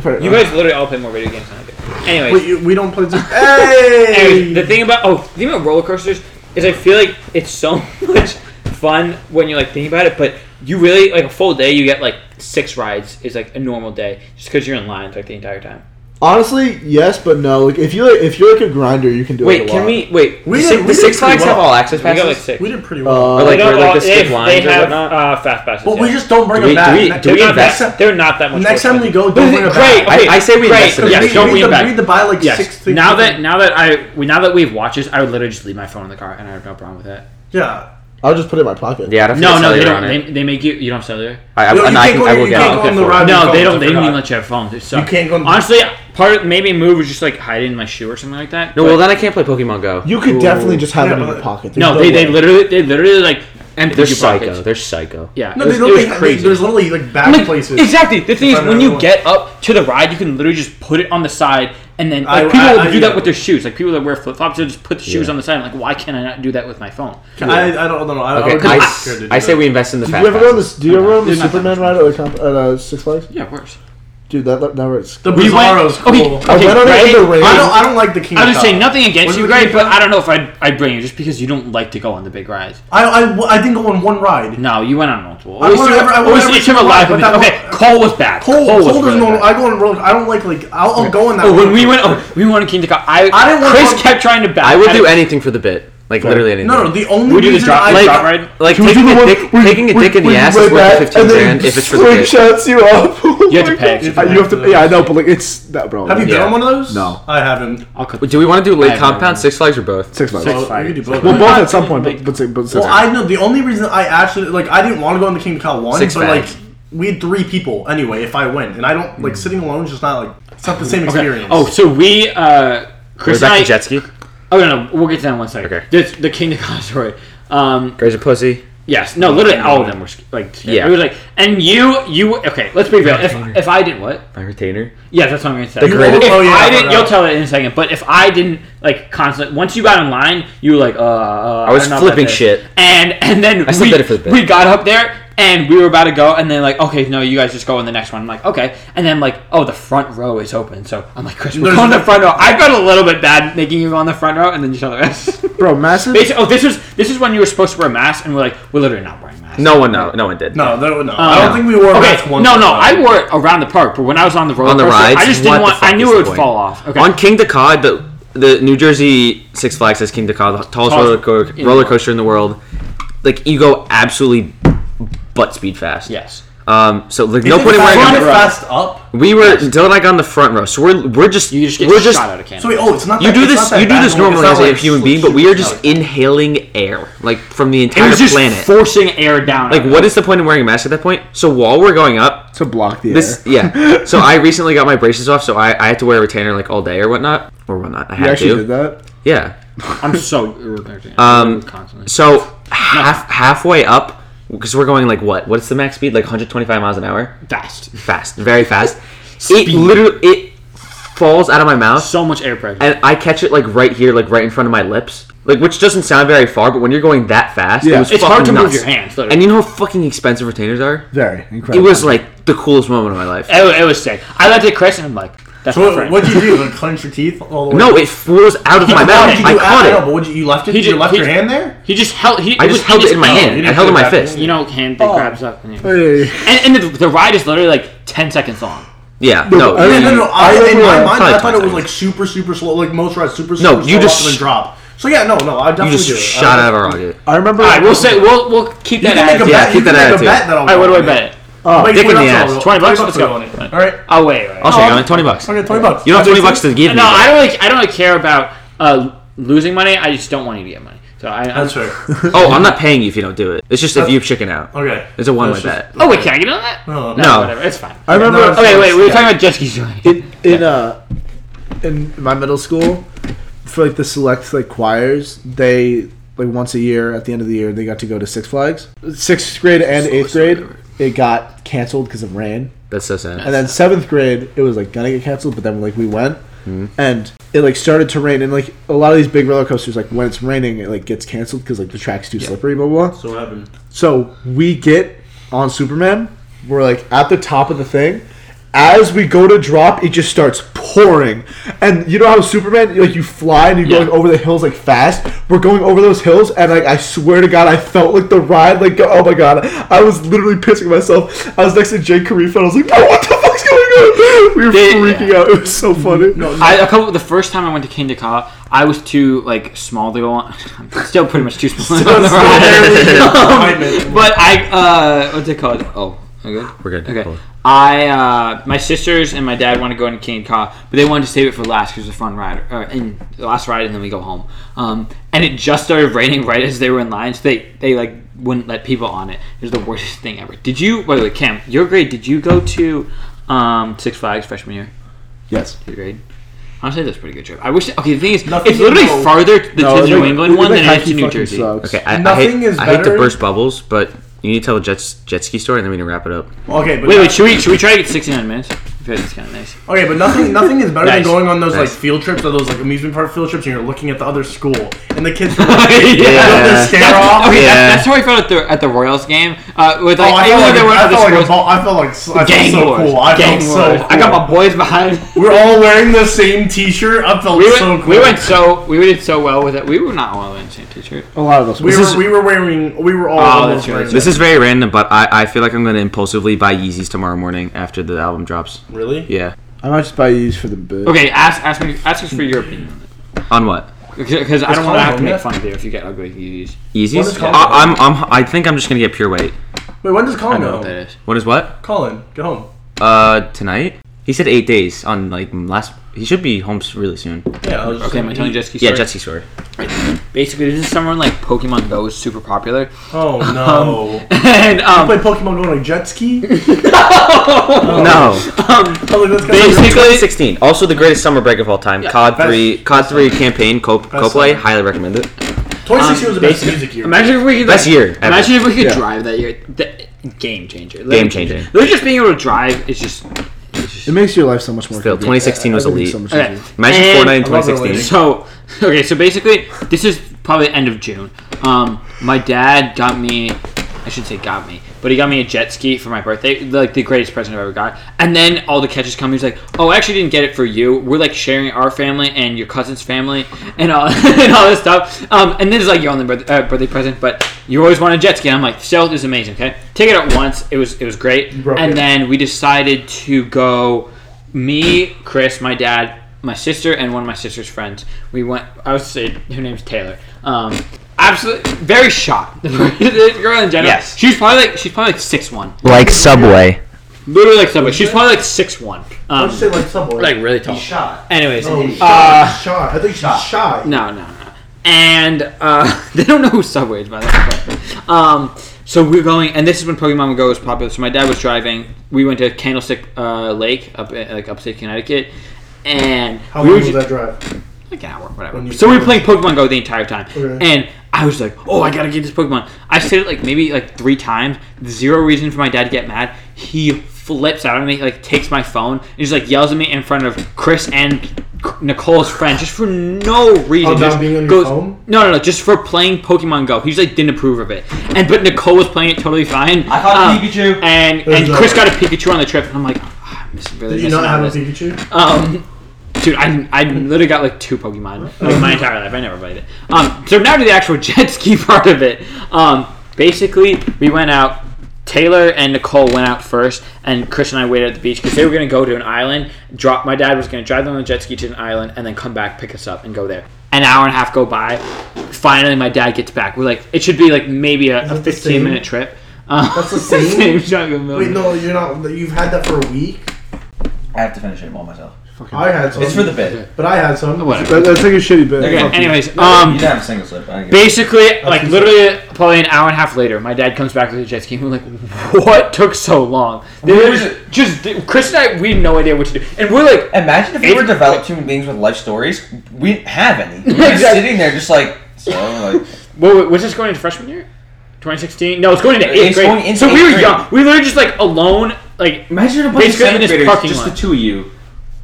Fair
you
enough.
guys literally all play more video games than I do. Anyways,
Wait, you, we don't play. This. hey,
anyways, the thing about oh, the thing about roller coasters is I feel like it's so much fun when you're like thinking about it, but you really like a full day. You get like six rides is like a normal day just because you're in line like the entire time.
honestly yes, but no. Like if you like, if you're like a grinder, you can do
Wait,
it. a
can
lot.
we? Wait,
We
the,
did-
Six- the
we did
Six
pretty
Flags have
well.
all access
We
passes.
got like six.
we did pretty well,
Uh,
Or,
They
Oh, like,
don't
or, like,
all-
the skip
they,
lines
they
or
have
whatnot.
uh, fast passes.
but we
yeah.
just don't bring
Do we-
them back.
do we-
Ne-
do
They're
we
not
invest-
that, they're not that much.
next
worse.
time we go,
But
don't
the-
bring it
great.
back.
I-
Okay,
I say we
great,
invest in
yes,
it.
we,
don't
we
bring
need
it
to,
back.
we need to buy like
Yes.
six things.
now that now that I we now that we have watches, I would literally just leave my phone in the car, and I have no problem with that.
yeah,
I'll just put it in my pocket.
Yeah, I don't think
No,
it's
no, they
cellular
don't.
on
They,
it.
they make you. You don't have cellular.
I I-
No, you
and I
can't
can-
go-
I will
you
get
can't
it.
go on
for
the
it.
ride.
no,
phones,
they don't.
I
They don't
forgot.
even let you have phones. They suck.
You can't go on-
Honestly, part of, maybe move was just like hide it in my shoe or something like that.
No,
but-
well then I can't play Pokemon Go.
You could definitely just have
Yeah,
it in
but-
your pocket.
no,
There's
they, they
way.
literally they literally like empty
They're
your
psycho.
pockets.
They're psycho.
Yeah,
no,
it was,
they
it
don't.
was
They,
crazy.
There's literally like back
Like,
places.
Exactly. The thing is,
find
when you
another
get up to the ride, you can literally just put it on the side, and then
I-
like, people
I-
will
I-
do
yeah.
that with their shoes. Like people that wear flip flops, they'll just put the shoes on the side. like, why can't I not do that with my phone?
I, I don't know. I,
Oh,
Okay,
I, would be
I,
scared to do
I
that.
say we invest in the
Did
fast
you ever go on
passes.
this? Do you ever go on the
They're not that
Superman
much
ride at, like, comp- at uh, Six Flags?
Yeah, of course.
Dude, that that hurts.
the
We went-
Bizarro's
okay,
cool.
I
okay,
went on it in
right?
the rain.
I don't. I don't like the King.
I would
Tut.
say nothing against
Was
you,
it
Greg,
King
but
Tut?
I don't know if I'd, I'd bring you just because you don't like to go on the big rides.
I, I, I didn't go on one ride.
No, you went on multiple.
I
At least
went
you-
every- I
at
went
least
every
each of a
single
live
one,
with that.
but that
Okay, Cole was bad.
Cole,
Cole was
Cole doesn't
really
know.
bad.
I go on roller. I don't like like. I'll, I'll go on that.
Oh, when
roller
we went,
coaster.
oh, we went to Kingdom Come. I,
I didn't want
Chris
to-
kept trying to back.
I will
out
do
of-
anything for the bit. Like literally anything.
No, no. The only
We do the
reason
drop-
I
like-
got-
right?
Like
Can we
taking
do
a
the one
dick,
where you-
taking a
where
dick in
you
the ass
lay
is worth
back
fifteen
and then
grand if it's for the
swing
bit.
shots you up.
You have to pay. You have to
Uh,
pay.
you have to. Yeah, I know, but like it's that bro.
Have you been
Yeah.
on one of those?
No.
I haven't.
I'll cut-
Do we want to do
I
late
have no
compound,
idea.
Six Flags, or both?
six months?
So you could do both.
Well,
Well,
both
not
at some
too
point,
big.
but but six. But six
I know the only reason I actually like I didn't want to go on the King Kong one,
Six
but
bags.
like we had three people anyway. If I went, and I don't
Hmm.
like sitting alone, is just not like it's not the same
Okay.
experience.
Oh, so we, uh,
We're
Chris and
back
I.
to jet ski.
Oh no, no, we'll get to that in one second.
Okay.
This, the Kingdom Come story. Um,
Graze a pussy.
yes, no, literally all of them were sc- like, scared.
Yeah.
It was like, and you, you, okay, let's be real. If if I did what?
My retainer.
Yeah, that's what I'm gonna say.
The greatest-
If
Oh, yeah,
I
I
didn't,
forgot.
you'll tell it in a second. But if I didn't like constantly, once you got online, you were like, uh, uh
I was
don't know about
flipping
this.
shit.
and and then
I still
we,
did it for the bit.
we got up there and we were about to go, and they're like, okay, no, you guys just go in the next one. I'm like, okay, and then like, oh, the front row is open, so I'm like, Chris, we're
There's-
going the front row. I felt a little bit bad making you go on the front row, and then you saw the rest.
bro, massive.
Basically, oh, this was this is when you were supposed to wear a mask, and we're like, we're literally not wearing masks.
No one, no, no one did.
no, no, no. I
Um,
don't think we wore
Okay,
masks once.
no,
or
no,
not.
I wore it around the park, but when I was on the roller
On the
coaster,
rides?
I just didn't
What the
want. I
fuck
knew
is
it
the
would
point?
fall off. Okay,
On King Dakar, the the New Jersey Six Flags has King Dakar, the tallest
Tallest
roller, co-
in the
roller
world.
coaster in the world. Like you go absolutely butt speed fast.
yes,
Um, so like no
Isn't
point in
fast-
wearing.
isn't
a-
it fast up.
We were Dylan and I got in the front row, so we're we're just
You just get
we're
shot
just
out of cannon.
So wait, oh, it's not.
you
that,
do
it's
this
not that
you do
bad.
this
It's not
normally as a
like
human being, but we are just inhaling air like from the
It
entire
was just
planet.
forcing air down.
like what is the point of wearing a mask at that point? So while we're going up,
to block the
this yeah. So I recently got my braces off, so I, I had to wear a retainer like all day or whatnot or whatnot. I
air. You
had
actually
to.
did that.
Yeah.
I'm so irritated.
Um,
constantly.
So half halfway up, because we're going like what? What's the max speed? Like 125 miles an hour.
Fast.
Fast, very fast. it literally it falls out of my mouth.
So much air pressure.
and I catch it like right here, like right in front of my lips, like which doesn't sound very far, but when you're going that fast, it
Yeah.
was
it's
fucking
hard to move
nuts.
your hands. literally.
And you know how fucking expensive retainers are?
Very
It
incredible.
was like the coolest moment of my life.
It, wa- it was sick. I looked at Chris and I'm like, that's
So
my
what,
friend.
what'd you do? Like, clench your teeth all the way.
No, it flows out of my mouth.
Did you
I
do
caught
I know,
it.
But would you, you left it.
He
you
ju-
left
he
your
ju-
hand there.
he just held. He
I just held it in my
held-
hand. I
didn't
held it in
put it
my
back in.
fist.
You know, hand
Oh.
that grabs up. And, you-
Hey.
and, and the, the ride is literally like ten seconds long.
Yeah, no,
I
No,
mean,
no, no. I,
I
in
remember
my
like
mind,
probably
I thought it was
20
like super, super slow. Like most rides, super, super
No,
slow.
you
up
just
and then
sh-
drop. So yeah, no, no. I
you
definitely
just
do. it.
shot
I,
out of our rocket.
I remember.
All right, we'll say we'll we'll keep
You
that.
can
attitude.
make a
Yeah,
bet.
keep that
You can make a
attitude.
bet that I'll.
All right, what do I
win.
bet?
uh,
Wait,
Dick in
wait,
the
I'll-
ass.
I'll-
20 bucks?
I'll
Let's
put it
go.
on it. All right.
Oh wait, wait.
I'll show you. I mean, twenty bucks.
Okay, twenty bucks.
You don't have twenty bucks to give me.
no,
but-
I don't like. I don't like, care about uh, losing money. I just don't want you to get money. So I. I'm,
That's fair.
Oh, I'm not paying you if you don't do it. It's just if you chicken out.
Okay.
It's a one-way
That's just-
bet.
oh wait, can I get on that?
No.
No.
whatever. It's fine.
I remember.
No, it's-
Okay, wait. We were talking about jet skis. right?
in in uh in my middle school for like the select like choirs they like once a year at the end of the year they got to go to six flags sixth grade and eighth grade it got canceled because of rain
That's so sad.
and then seventh grade it was like gonna get canceled but then like we went and it like started to rain and like a lot of these big roller coasters like when it's raining it like gets canceled because like the track's too slippery blah blah blah
So what happened?
so we get on Superman. We're like at the top of the thing. As we go to drop, it just starts pouring. And you know how Superman, like you fly and you're going over the hills like fast. We're going over those hills, and like I swear to God, I felt like the ride. Like go- oh my God, I was literally pissing myself. I was next to Jake Karifa, and I was like, no, what the fuck's going on? We were
Did-
freaking out. It was so funny.
I, a couple. The first time I went to King Ka, I was too like small to go on. I'm still pretty much too small. to go on the ride. Um, but I, uh, what's it called? Oh, okay.
We're good.
Okay.
Hold on.
I, uh, my sisters and my dad want to go into King Ka, but they wanted to save it for last because it was a fun ride, or, and the last ride, and then we go home. Um, and it just started raining right as they were in line, so they, they like wouldn't let people on it. It was the worst thing ever. Did you? Wait, wait, Cam, your grade? Did you go to um, Six Flags freshman year?
Yes.
Your grade? Honestly, that's a pretty good trip. I wish. Okay, the thing is,
Nothing
it's literally
is-
farther to the
No,
to
it's
New
like-
England one than
like,
it is to
hockey
New
fucking
Jersey.
sucks.
Okay. I, I
Nothing
hate,
is
I hate to
better-
burst bubbles, but you need to tell the Jets Jet Ski story, and then we need to wrap it up.
Okay, but
Wait, wait, should we should we try to get 69 minutes? I feel like that's kind of nice.
Okay, but nothing nothing is better
Nice.
than going on those like
Nice.
field trips or those like amusement park field trips and you're looking at the other school and the kids are like,
Yeah.
their stare
That's,
off.
okay,
Yeah.
that, that's how I felt at the at the Royals game. Uh, with
Oh,
like,
I
even
felt
though
like,
they
a-
were
I
at the
felt like a
scores-
ball. I felt like so- I
gang
felt so
wars.
cool. I
gang
felt so
wars.
cool.
I got my boys behind.
We're all wearing the same T-shirt. I felt
We went,
so cool.
we went so we did so well with it. We were not all in the same t-shirt.
A lot of us.
We
were-
were,
is-
we were wearing. We were all.
Oh, that's
almost
right.
wearing
This is very random, but I, I feel like I'm gonna impulsively buy Yeezys tomorrow morning after the album drops.
really.
Yeah.
I might just buy these for the bit.
Okay, ask ask me ask us for your opinion
On what?
because I don't want
called
to have to
Omega?
make fun of you if you get ugly Yeezys.
What
Yeezys?
is
I,
Colin?
I'm I'm I think I'm just gonna get pure weight.
Wait, when does
I
Colin
know
go?
what that
Home?
is.
What is what?
Colin, go home.
Uh, tonight. He said eight days on like last. He should be home s- really soon.
Yeah. I was just
Okay, am I
like,
telling you Jetski?
Yeah, Jet Ski story.
Basically, this is someone like Pokemon Go is super popular,
Oh
Um,
no.
and um,
Play Pokemon going like jet ski.
No.
Oh, look, let's go.
Basically-
2016. Also the greatest summer break of all time. COD
Best-
three. COD three campaign. Co play.
summer.
Highly recommend it.
2016 was the best
Um, basically-
music year.
Imagine if we could.
Best
like,
year ever.
Imagine if we could
Yeah.
drive that year. The, game changer.
Game changer.
They're just being able to drive is just. it's
It
just
makes your life so much more.
Still,
convenient.
2016 was
Everything's
elite.
so much
okay.
easier.
Imagine
And-
Fortnite in
I love the
2016.
So okay, so basically, this is probably end of June. Um, my dad got me. I should say got me, but he got me a jet ski for my birthday, like the greatest present I've ever got. And then all the catches come. He's like, "Oh, I actually didn't get it for you. We're like sharing our family and your cousin's family and all and all this stuff." Um, and this is like your only birth- uh, birthday present, but you always want a jet ski. And I'm like, "Still, this is amazing." Okay, take it out once. It was it was great.
broke
and
it.
then we decided to go me, Chris, my dad, my sister, and one of my sister's friends. We went. I would say her name's Taylor. Um, absolutely very shocked. the girl in general.
Yes.
She's probably like she's probably like six one.
Like Subway.
Literally like somebody. She's probably like six one.
Let's say
Um,
like Subway.
like really tall.
shot.
Anyways,
Oh, he's
uh,
shot. He's shot. I think he's shot.
No, no, no. And uh, they don't know who Subway is, by the way. Um, so we're going, and this is when Pokemon Go was popular. So my dad was driving. We went to Candlestick uh, Lake, up in- like upstate Connecticut, and
How
we were
long was
ju-
that drive?
like an hour,
When
whatever.
you-
So we were playing Pokemon Go the entire time,
Okay.
and I was like, "Oh, I gotta get this Pokemon." I said it like maybe like three times. Zero reason for my dad to get mad. He flips out on me, like takes my phone, and just like yells at me in front of Chris and Nicole's friend just for no reason.
Oh, not
just
being on your phone?
No, no, no, just for playing Pokemon Go. He just like didn't approve of it, and but Nicole was playing it totally fine. I
caught a Pikachu.
and
There's
and
no
Chris
way.
got a Pikachu on the trip, and I'm like, "Ah, I'm missing really
Did you
missing
not
out on
have a
this."
Pikachu?
Um, dude, I, I literally got like two Pokemon like my entire life. I never played it. Um, so now to the actual jet ski part of it. Um, basically, we went out. Taylor and Nicole went out first, and Chris and I waited at the beach because they were going to go to an island. Drop my dad was going to drive them on a jet ski to an island, and then come back, pick us up, and go there. An hour and a half go by. Finally, my dad gets back. We're like, it should be like maybe a,
that
a
the
fifteen
same?
minute trip. Um,
That's the same?
Jungle Mill.
Wait, no, you're not. You've had that for a week.
I have to finish it all myself.
I had some.
It's for the bit.
But I had some.
Whatever.
That, that's like a shitty bit.
Okay.
Fuck you.
Anyways, um,
you didn't have a single slip. I guess.
Basically, like literally, probably an hour and a half later, my dad comes back with a jet ski. And we're like, "What took so long?" They were just, just Chris and I, we had no idea what to do, and we're like,
Imagine if we
It-
were developed human beings with life stories. We didn't have any. We We're
Exactly.
sitting there just like so. Like
"What was this going into freshman year? 2016? No, it's going into
It's
eighth grade."
going into
so we
eighth
were
grade.
young. We literally just like alone, like
imagine a
bunch of Basically, seventh in this graders, parking
just
just lot. the
the two of you.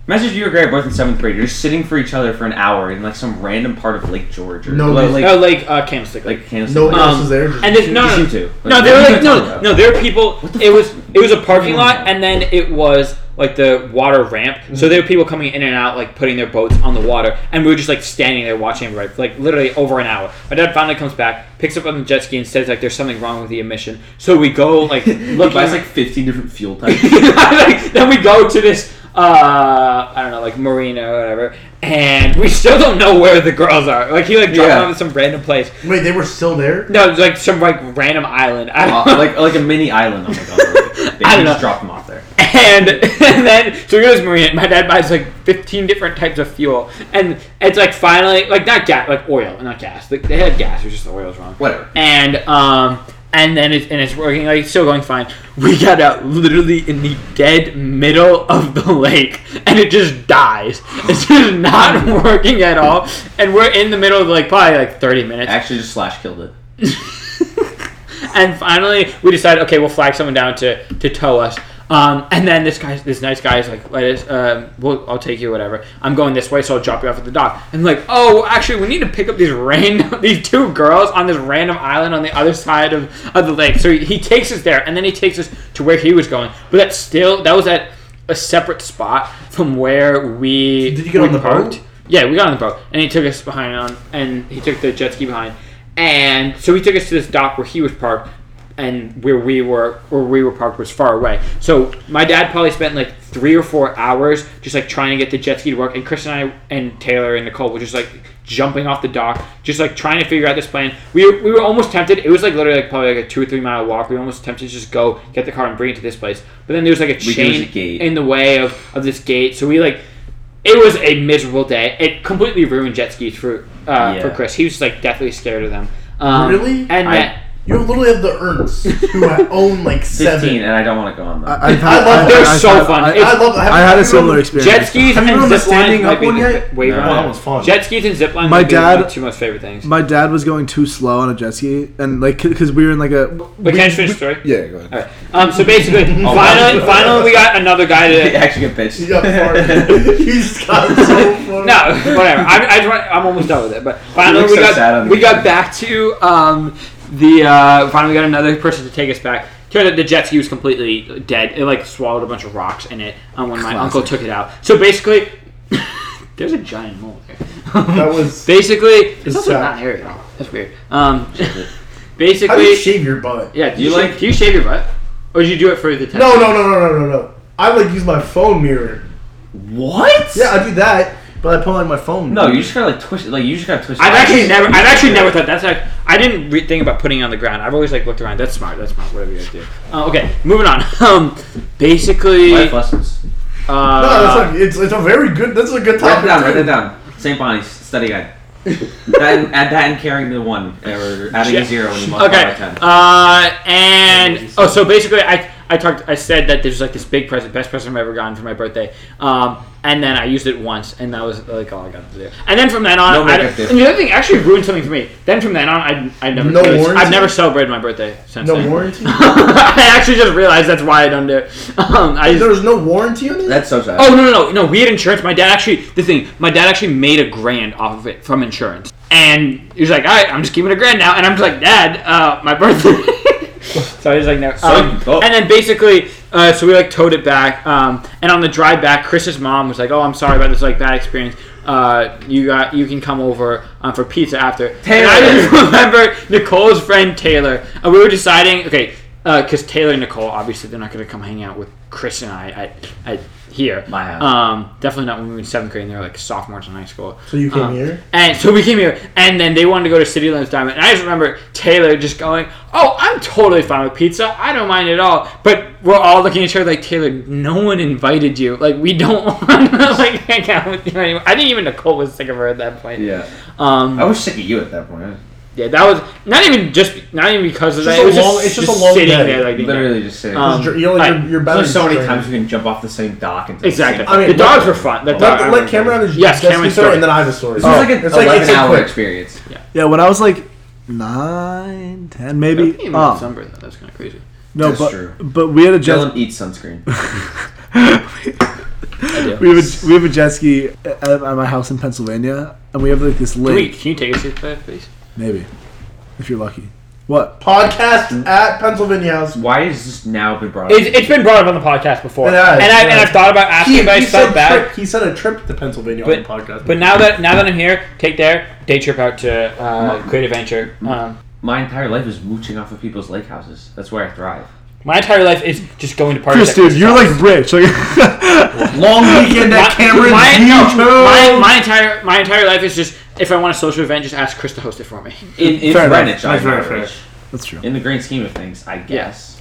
Imagine if you were great both in seventh grade. You're just sitting for each other for an hour in like some random part of Lake George or
No,
like,
no.
like,
uh, like uh, Candlestick. Like,
like Kansas.
Nobody
like,
else is there. Just
and then Um, no,
just
no,
you two.
no,
Like,
they
what
were
are
like
you
no,
talking
no,
about?
there were people.
What the Oh
It was it was a parking
What are you
lot,
talking
and then it was like the water ramp. So there were people coming in and out, like putting their boats on the water, and we were just like standing there watching everybody, for, like literally over an hour. My dad finally comes back, picks up on the jet ski, and says like there's something wrong with the emission. So we go like
He
look
buys like 15 different fuel types.
like, then we go to this uh I don't know like marina or whatever, and we still don't know where the girls are. Like he like dropped
Yeah.
them to some random place.
Wait, they were still there.
No, it's like some like random island. I
Uh,
don't know.
like like a mini island. Oh my god! They
I don't know.
just drop them off there.
and, and then so we go to this marina. and My dad buys like fifteen different types of fuel, and it's like finally like not gas, like oil, not gas. Like, they had gas, it was just the oil was wrong.
Whatever.
And um and then it's and it's working like it's still going fine. We got out literally in the dead middle of the lake, and it just dies. It's just not working at all, and we're in the middle of like probably like thirty minutes.
Actually, just slash killed it.
and finally, we decided, okay, we'll flag someone down to, to tow us. Um, and then this guy, this nice guy, is like, "Let us, um, we'll, I'll take you, whatever. I'm going this way, so I'll drop you off at the dock." And like, oh, well, actually, we need to pick up these random, these two girls on this random island on the other side of, of the lake. So he, he takes us there, and then he takes us to where he was going. But that's still that was at a separate spot from where we
Did you get
we
on the
parked.
boat?
Yeah, we got on the boat, and he took us behind on, and he took the jet ski behind, and so he took us to this dock where he was parked, and where we were, where we were parked was far away. So my dad probably spent like three or four hours just like trying to get the jet ski to work, and Chris and I and Taylor and Nicole were just like jumping off the dock, just like trying to figure out this plan. We were, we were almost tempted. It was like literally like probably like a two or three mile walk. We were almost tempted to just go get the car and bring it to this place, but then there was like a
We could
chain
use a gate.
in the way of of this gate, so we like it was a miserable day. It completely ruined jet skis for uh,
Yeah.
for Chris. He was like deathly scared of them. Um,
Really?
And
I-
that,
You literally have the Ernsts who ha- own like
15,
seven.
and I don't want to go on that.
I've
I love
I've-
those.
they're
I've-
so
I've-
fun.
I-
It's-
I love.
I had a similar experience.
jet skis
Have
and
you been on the
zip lines
standing
might
up
be
one
the
yet?
b- way
No.
better.
Oh, that was fun.
Jet skis and zip lines
My
might be
dad-
my two most favorite things.
My dad was going too slow on a jet ski, and like because we were in like a.
but can I just finish the story?
Yeah, go ahead.
All right. Um, so basically,
Oh,
finally, finally, we got another guy
They
to.
actually get
He
bitched.
got farted. He's got so far.
No, whatever. I, I just want, I'm almost done with it. But finally,
look
we
so sad
got
on
we
the
got
camera.
back to um, the uh, finally we got another person to take us back. Turned out the jet ski was completely dead. It like swallowed a bunch of rocks in it. Um, when my uncle took it out, so basically, there's a giant mole there.
That was.
Basically, it's also
sad.
not hairy at all. That's weird. Um,
How do you
basically,
shave your butt?
yeah. Do
You
you,
like-
like? Do you shave your butt, or did you do it for the test?
No, no, no, no, no, no, no. I like use my phone mirror.
What?
Yeah, I do that, but I put on my phone.
No, you just gotta like twist. it. Like you just gotta twist.
I've
it.
actually never. I've actually never thought that's like. I didn't re- think about putting it on the ground. I've always like looked around. That's smart. That's smart. Whatever you guys do. Uh, okay, moving on. Um, basically,
Life lessons.
uh,
No, that's a, it's, it's a very good. That's a good
Write it
topic.
down.
too.
Write it down. St. Bonnie's study guide. that and, add that and carrying the one or adding
Yeah.
a zero when you multiply by
Okay.
ten.
Uh, and oh, so basically, I I talked. I said that there's like this big present, best present I've ever gotten for my birthday. Um, and then I used it once, and that was like all I got to do. And then from then on,
No
I,
makeup gift.
and the other thing actually ruined something for me. Then from then on, I I never
No warranty?
I've never celebrated my birthday since.
No
then.
warranty.
I actually just realized that's why I don't do it. Um, I just,
There was no warranty on it.
That's so sad.
Oh no no no no! We had insurance. My dad actually the thing. My dad actually made a grand off of it from insurance, and he was like, "All right, I'm just keeping a grand now." And I'm just like, "Dad, uh, my birthday." so I was like, "No." Um,
oh.
And then basically, uh, so we like towed it back, um, and on the drive back, Chris's mom was like, "Oh, I'm sorry about this like bad experience. Uh, you got you can come over um, for pizza after." And I
Taylor.
just remember Nicole's friend Taylor, and we were deciding, okay, because Taylor and Nicole, obviously, they're not going to come hang out with Chris and I at, at here.
My uh, house.
Um, definitely not when we were in seventh grade, and they were like sophomores in high school.
So you came
Um,
here?
And so we came here, and then they wanted to go to City Limits Diamond. And I just remember Taylor just going, Oh, I'm totally fine with pizza. I don't mind at all. But we're all looking at each other like, Taylor, no one invited you. Like, we don't want to like, hang out with you anymore. I think even Nicole was sick of her at that point.
Yeah.
Um,
I was sick of you at that point.
yeah, that was not even just not even because of
Just
that.
a
It was
long-
just,
it's just
just
a long
sitting
day.
there like being
Literally just sick.
Um,
You're- you're,
I-
you're, you're better
There's so
than
many
Cameron.
times you can jump off the same dock into the
exactly.
Same
I mean,
the dogs were fun. The dogs,
Let, let Cameron finish.
Yes,
Jessica's
Cameron's
story,
story.
and then I have a story.
This was like an
oh, it's like
11
it's
hour
like quick.
experience.
Yeah, when I was like nine, ten, maybe. Oh,
December though. That's kind of crazy.
no,
That's
but
true.
but we had a jet.
Dylan eats sunscreen.
We have a, we have a jet ski at, at my house in Pennsylvania, and we have like this
Can, we,
lake.
can you take us to that, please?
Maybe, if you're lucky. What?
Podcast at Pennsylvania House.
Why is this now been brought up?
It's, it's been brought up on the podcast before,
It has,
and I
yeah.
and I've thought about asking, but I
said
felt bad.
Trip, he said a trip to Pennsylvania on the
But,
podcast.
but now that now that I'm here, take there day trip out to uh, Great Adventure. Um,
My entire life is mooching off of people's lake houses. That's where I thrive.
my entire life is just going to parties.
Chris,
at
dude,
Chris's
you're
house.
like rich. Like,
Long weekend
My-
at Cameron's
my,
beach
my,
home.
my entire my entire life is just if I want a social event, just ask Chris to host it for me.
In, in
Fair enough.
Greenwich, I'm
That's very
not
fair.
rich.
that's true.
In the grand scheme of things, I guess.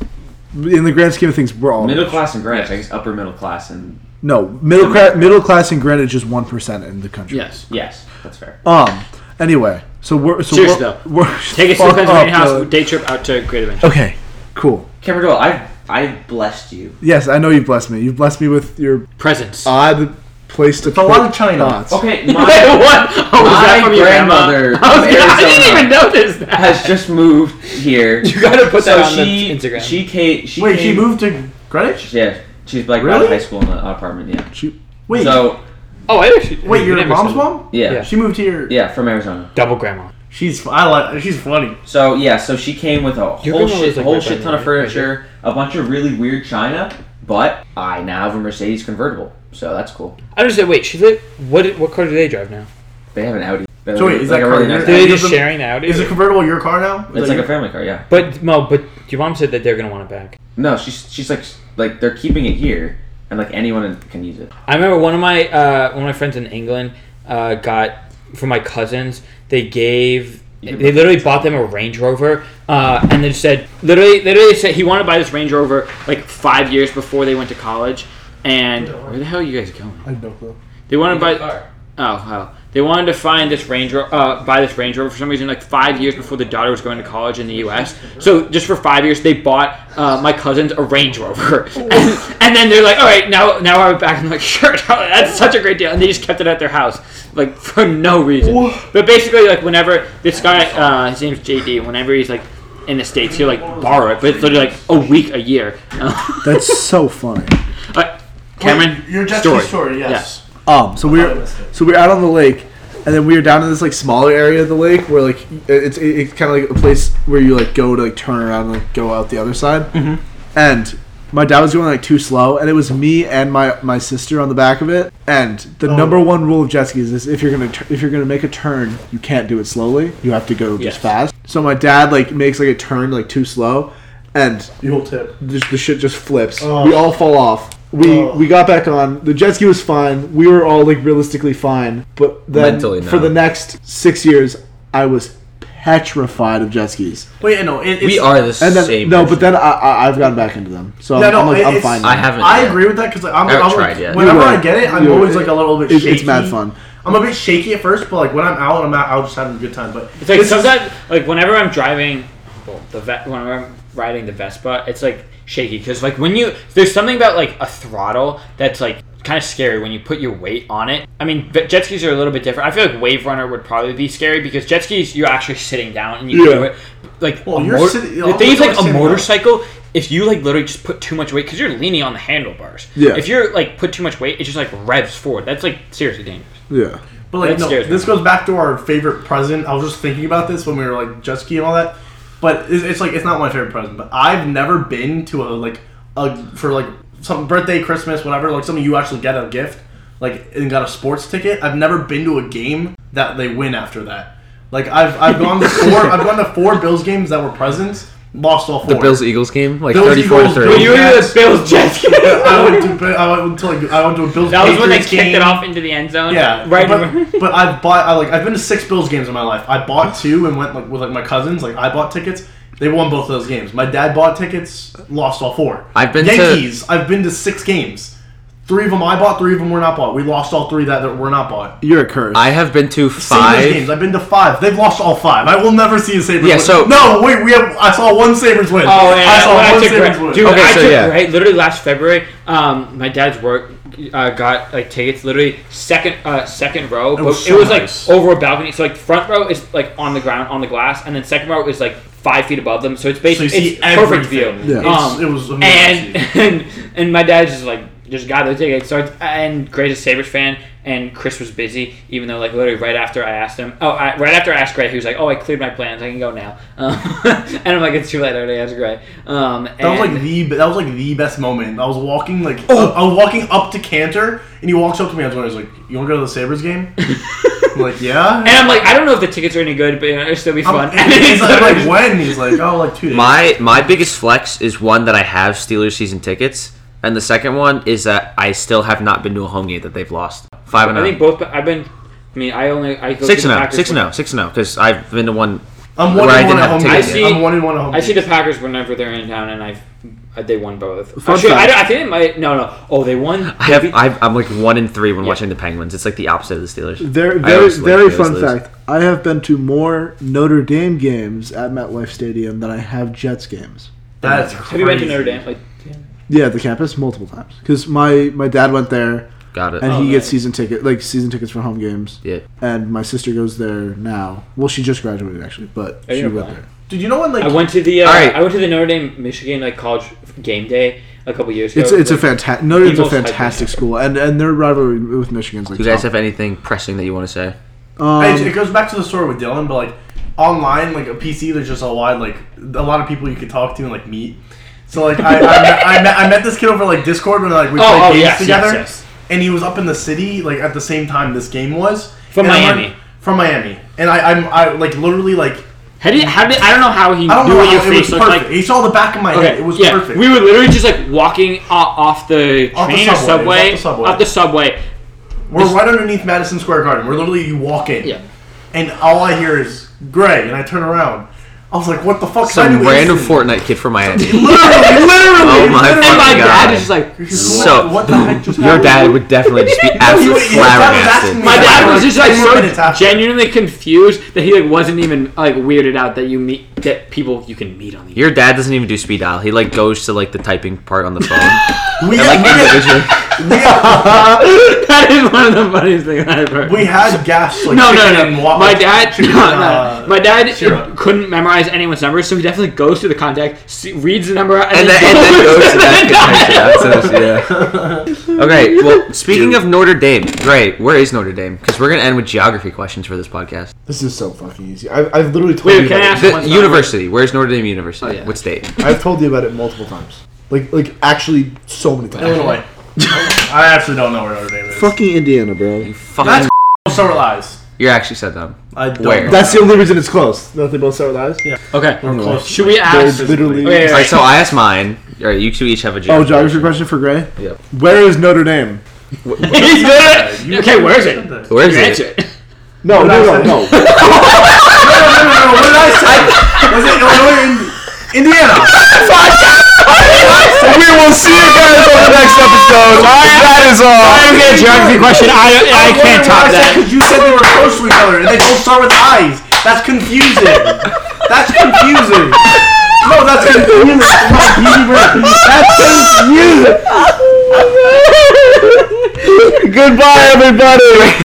In the grand scheme of things, we're all
Middle
rich.
class and Greenwich, I guess upper middle class and
no middle class. Middle class in Greenwich is one percent in the country.
Yes,
yes, that's fair.
Um. Anyway, so we're so
Cheers,
we're,
though.
we're
take us to
fuck
Pennsylvania
up,
House
Dylan.
day trip out to Great Adventure.
Okay. Cool.
Cameron Doyle, I've I've blessed you.
Yes, I know you've blessed me. You've blessed me with your
Presents.
odd place to. It's a
lot of China.
Okay,
Wait,
my
what? Oh, was that
My
from your grandma?
grandmother
I, was
from
gonna- I didn't
Arizona.
even notice that.
has just moved here.
You gotta put
so
that on the
she,
Instagram.
She came. She
Wait, she
came-
moved to Greenwich?
Yeah, she's like out
Really?
of high school in an apartment. Yeah.
Wait,
So
oh, I actually.
wait,
you
your
never
mom's
said
mom?
yeah,
Yeah.
yeah,
She moved here.
from Arizona.
it. Double grandma.
She's I like she's funny.
So yeah, so she came with a
Your grandma
whole shit,
was, like,
whole
right
shit
by
ton
me,
of
right?
furniture, a bunch of really weird china. But I now have a Mercedes convertible, so that's cool.
I just said, wait, she lit. What what car do they drive now?
They have an Audi. They
So wait,
have,
is
like,
that
a
car
really
yours?
nice
They're
Is
Audi.
just
it-
sharing the Audi.
Is the convertible your car now?
It's like a family car, yeah.
but Mo, but your mom said that they're gonna want it back.
No, she's she's like like they're keeping it here, and like anyone can use it.
I remember one of my uh, one of my friends in England uh, got from my cousins. They gave they literally bought them a Range Rover, uh, and they said literally literally said he wanted to buy this Range Rover like five years before they went to college. And where the hell are you guys going?
I don't know.
They wanted to buy. Oh, wow. They wanted to find this Range Rover, uh, buy this Range Rover for some reason, like five years before the daughter was going to college in the U.S. So just for five years, they bought uh, my cousins a Range Rover, and, and then they're like, "All right, now now I'm back." I'm like, "Sure, that's such a great deal," and they just kept it at their house, like for no reason. But basically, like whenever this guy, uh, his name's JD, whenever he's like in the states, he'll like borrow it, but it's literally like a week, a year. Uh,
That's so funny.
Cameron,
Wait, your Jessica's
story.
story. yes.
Um, so we
I
were
missed it.
so we were out on the lake, and then we were down in this like smaller area of the lake where like it- it's it, it's kind of like a place where you like go to like turn around and like go out the other side. Mm-hmm. And my dad was going like too slow, and it was me and my my sister on the back of it. And the number one rule of jet skis is if you're gonna tur- if you're gonna make a turn, you can't do it slowly. You have to go
Yes.
just fast. So my dad like makes like a turn like too slow, and
You'll tip.
just the shit just flips.
Oh.
We all fall off. We
Oh.
we got back on. The jet ski was fine. We were all like realistically fine, but then
Mentally, no.
for the next six years, I was petrified of jet skis.
Wait, no, it, it's,
We are the
And then
same.
no,
person.
but then I, I I've gotten back into them, so
Yeah,
I'm,
no,
I'm, like,
it-
I'm
it's-
fine.
I haven't.
I
yet.
agree with that because like, I'm,
I haven't
I'm
tried
like,
yet.
whenever
You're
I
right.
get it, I'm
You're
always
right.
like a little bit
It's-
shaky.
it's mad fun.
I'm a bit shaky at first, but like when I'm out, I'm out, I'm just having a good time. But
It's like
this is-
sometimes, like whenever I'm driving, well, the ve- whenever I'm riding the Vespa, it's like shaky because like when you there's something about like a throttle that's like kind of scary when you put your weight on it. I mean, ve- jet skis are a little bit different. I feel like Wave Runner would probably be scary because jet skis you're actually sitting down and you
Yeah.
do it. Like
Well,
a
you're
mot-
sitting-
the thing is
I'm
like a
sitting down.
motorcycle. If you like literally just put too much weight because you're leaning on the handlebars.
Yeah.
If you're like put too much weight, it just like revs forward. That's like seriously dangerous.
Yeah.
But like,
That
no,
scares me.
this goes back to our favorite present. I was just thinking about this when we were like jet skiing and all that. But it's, it's like it's not my favorite present. But I've never been to a like a for like some birthday, Christmas, whatever. Like something you actually get a gift, like and got a sports ticket. I've never been to a game that they win after that. Like I've I've gone to four I've gone to four Bills games that were presents, lost all four.
the Bills Eagles game, like
Bills,
thirty-four to
Eagles,
thirty.
Bills.
You
You
were
were
the Bills jet
I went to I went to like I went to a Bills.
That was when they
Patriots
kicked
game.
it off into the end zone.
Yeah,
right.
But, but I've bought I like I've been to six Bills games in my life. I bought two and went like with like my cousins. Like I bought tickets. They won both of those games. My dad bought tickets, lost all four.
I've been to-
Yankees. I've been to six games. Three of them I bought. Three of them were not bought. We lost all three that, that were not bought.
You're a curse.
I have been to
Sabres games.
five.
I've been to five. They've lost all five. I will never see a Sabres.
Yeah,
win.
so-
no, wait. We have. I saw one Sabres win.
Oh, and
I saw
when I
one
took
Sabres
Gra-
win.
dude,
Okay,
I
so
took
yeah.
right literally last February. Um, my dad's work uh, got like tickets, literally second uh, second row. but
was
it was
so
like
nice.
over a balcony. So like front row is like on the ground on the glass, and then second row is like five feet above them. So it's
So you
basically
see
it's perfect view.
everything.
Yeah.
It's-
Um,
it was amazing.
and and and my dad's just like just got the ticket. So it's, and greatest Sabres fan. And Chris was busy, even though like literally right after I asked him. Oh, I, right after I asked Gray, he was like, "Oh, I cleared my plans. I can go now." Um, and I'm like, "It's too late. I already asked Gray." Um,
That was
and- Oh.
like the that was like the best moment. I was walking like I was walking up to Cantor, and he walks up to me. I was like, "You want to go to the Sabres game?" I'm like, "Yeah."
And I'm like, I don't know if the tickets are any good, but you know, it'll still be fun.
I'm, and he's like, like, "When?" He's like, "Oh, like two days."
My my biggest flex is one that I have Steelers season tickets, and the second one is that I still have not been to a home game that they've lost five and
I think
zero.
both. I've been. I mean, I only I go
Six
see the
and zero,
Packers
six and oh.
when-
zero, six and zero, because I've been to one.
I'm one
Right, I didn't
and one at
have
home.
tickets
games.
yet. I see-
I'm one and one at home.
I see the
games.
Packers whenever they're in town, and I've uh, they won both.
Fun
Actually, I,
fact.
don't- I think they might. No, no. Oh, they won.
I
they
have
beat-
I've, I'm like one in three when watching the Penguins. It's like the opposite of the Steelers.
Very,
I
very,
always like
very
those
fun
lists.
fact. I have been to more Notre Dame games at MetLife Stadium than I have Jets games.
That's crazy.
have you been to Notre Dame? Like,
Yeah, the campus multiple times because my my dad went there
Got it.
and
Oh,
he gets
nice.
season ticket like season tickets for home games.
Yeah.
And my sister goes there now. Well, she just graduated actually, but
Are you
she
gonna
went
fly?
there.
Dude, you know when like
I went to the. Uh,
All right.
I went to the Notre Dame Michigan like college game day a couple years ago.
It's it's a
Like,
fantastic Notre Dame's a
most hyped
fantastic
team.
school, and and their rivalry with Michigan's like.
Do you guys
top.
have anything pressing that you want to say?
Um,
it, it goes back to the story with Dylan, but like online, like a PC, there's just a lot like a lot of people you can talk to and like meet. So like I I, met, I, met, I met this kid over like Discord when like we
Oh,
played
oh,
games
yes,
together,
yes, yes.
and he was up in the city like at the same time this game was
From
And I'm,
Miami.
like, from Miami, and I I'm I like literally like
How did, how did I don't know how he
I don't
knew
know
what
how
your
it was
face looked
perfect.
like.
he saw the back of my head. It was
yeah.
perfect.
We were literally just like walking o- off the
Off the
train or
subway, it was off
subway,
the subway.
off the subway.
We're right underneath Madison Square Garden. We're literally you walk in,
Yeah.
and all I hear is Gray, and I turn around. I was like, what the fuck?
Some random
for
Fortnite kid from Miami.
literally, literally.
Oh my
literally.
And my
God.
dad is just like,
So,
what the heck just
Your
happened?
dad would definitely just be absolutely
you- your dad was asking
flabbergasted.
me
My dad was just like
Ten minutes
so
after.
genuinely confused that he like wasn't even like weirded out that you meet that people you can meet on the.
Your dad doesn't even do speed dial. He like goes to like the typing part on the phone.
We
and,
had,
like individually.
we, had,
that is one of the funniest things I've heard.
we had gas like
no, no,
chicken
no.
and wa-
My dad,
chicken
no,
and, uh,
no. my dad it-
syrup.
couldn't memorize anyone's numbers, so he definitely goes to the contact, see, reads the number, and,
and,
then,
then, and then
goes
goes to
and then
that connection. That's us, yeah. Okay, well, speaking of Notre Dame, great. Where is Notre Dame? Because we're going to end with geography questions for this podcast.
this is so fucking easy. I've, I've literally told
Wait,
you.
can
about
I ask
it.
one
The
time?
university. Where's Notre Dame University?
Oh, yeah.
What state?
I've told you about it multiple times. Like like actually so many times.
Illinois. I actually don't know where Notre Dame is.
Fucking Indiana, bro.
Fucking,
That's so lies.
you're actually set up.
I don't
Where?
know.
That's the only reason it's close. That they both start with eyes.
Okay,
We're close.
should we ask?
They're literally.
Wait, wait,
All right,
wait.
so I asked mine. All right, you two each have a
Oh,
geography.
geography question for Gray.
Yeah.
Where is Notre Dame?
He's good. okay, where is it?
Where is
Answer
it?
it.
No,
What did I
no, no, no.
No, no, no, no. What did I say? Was it Illinois or Ind- Indiana?
We will see you guys on the next episode. That is all.
I'm gonna geography question. I I can't top that.
Because you said they were close to each other and they both start with eyes. That's confusing. That's confusing. No, that's confusing. That's confusing.
Goodbye, everybody.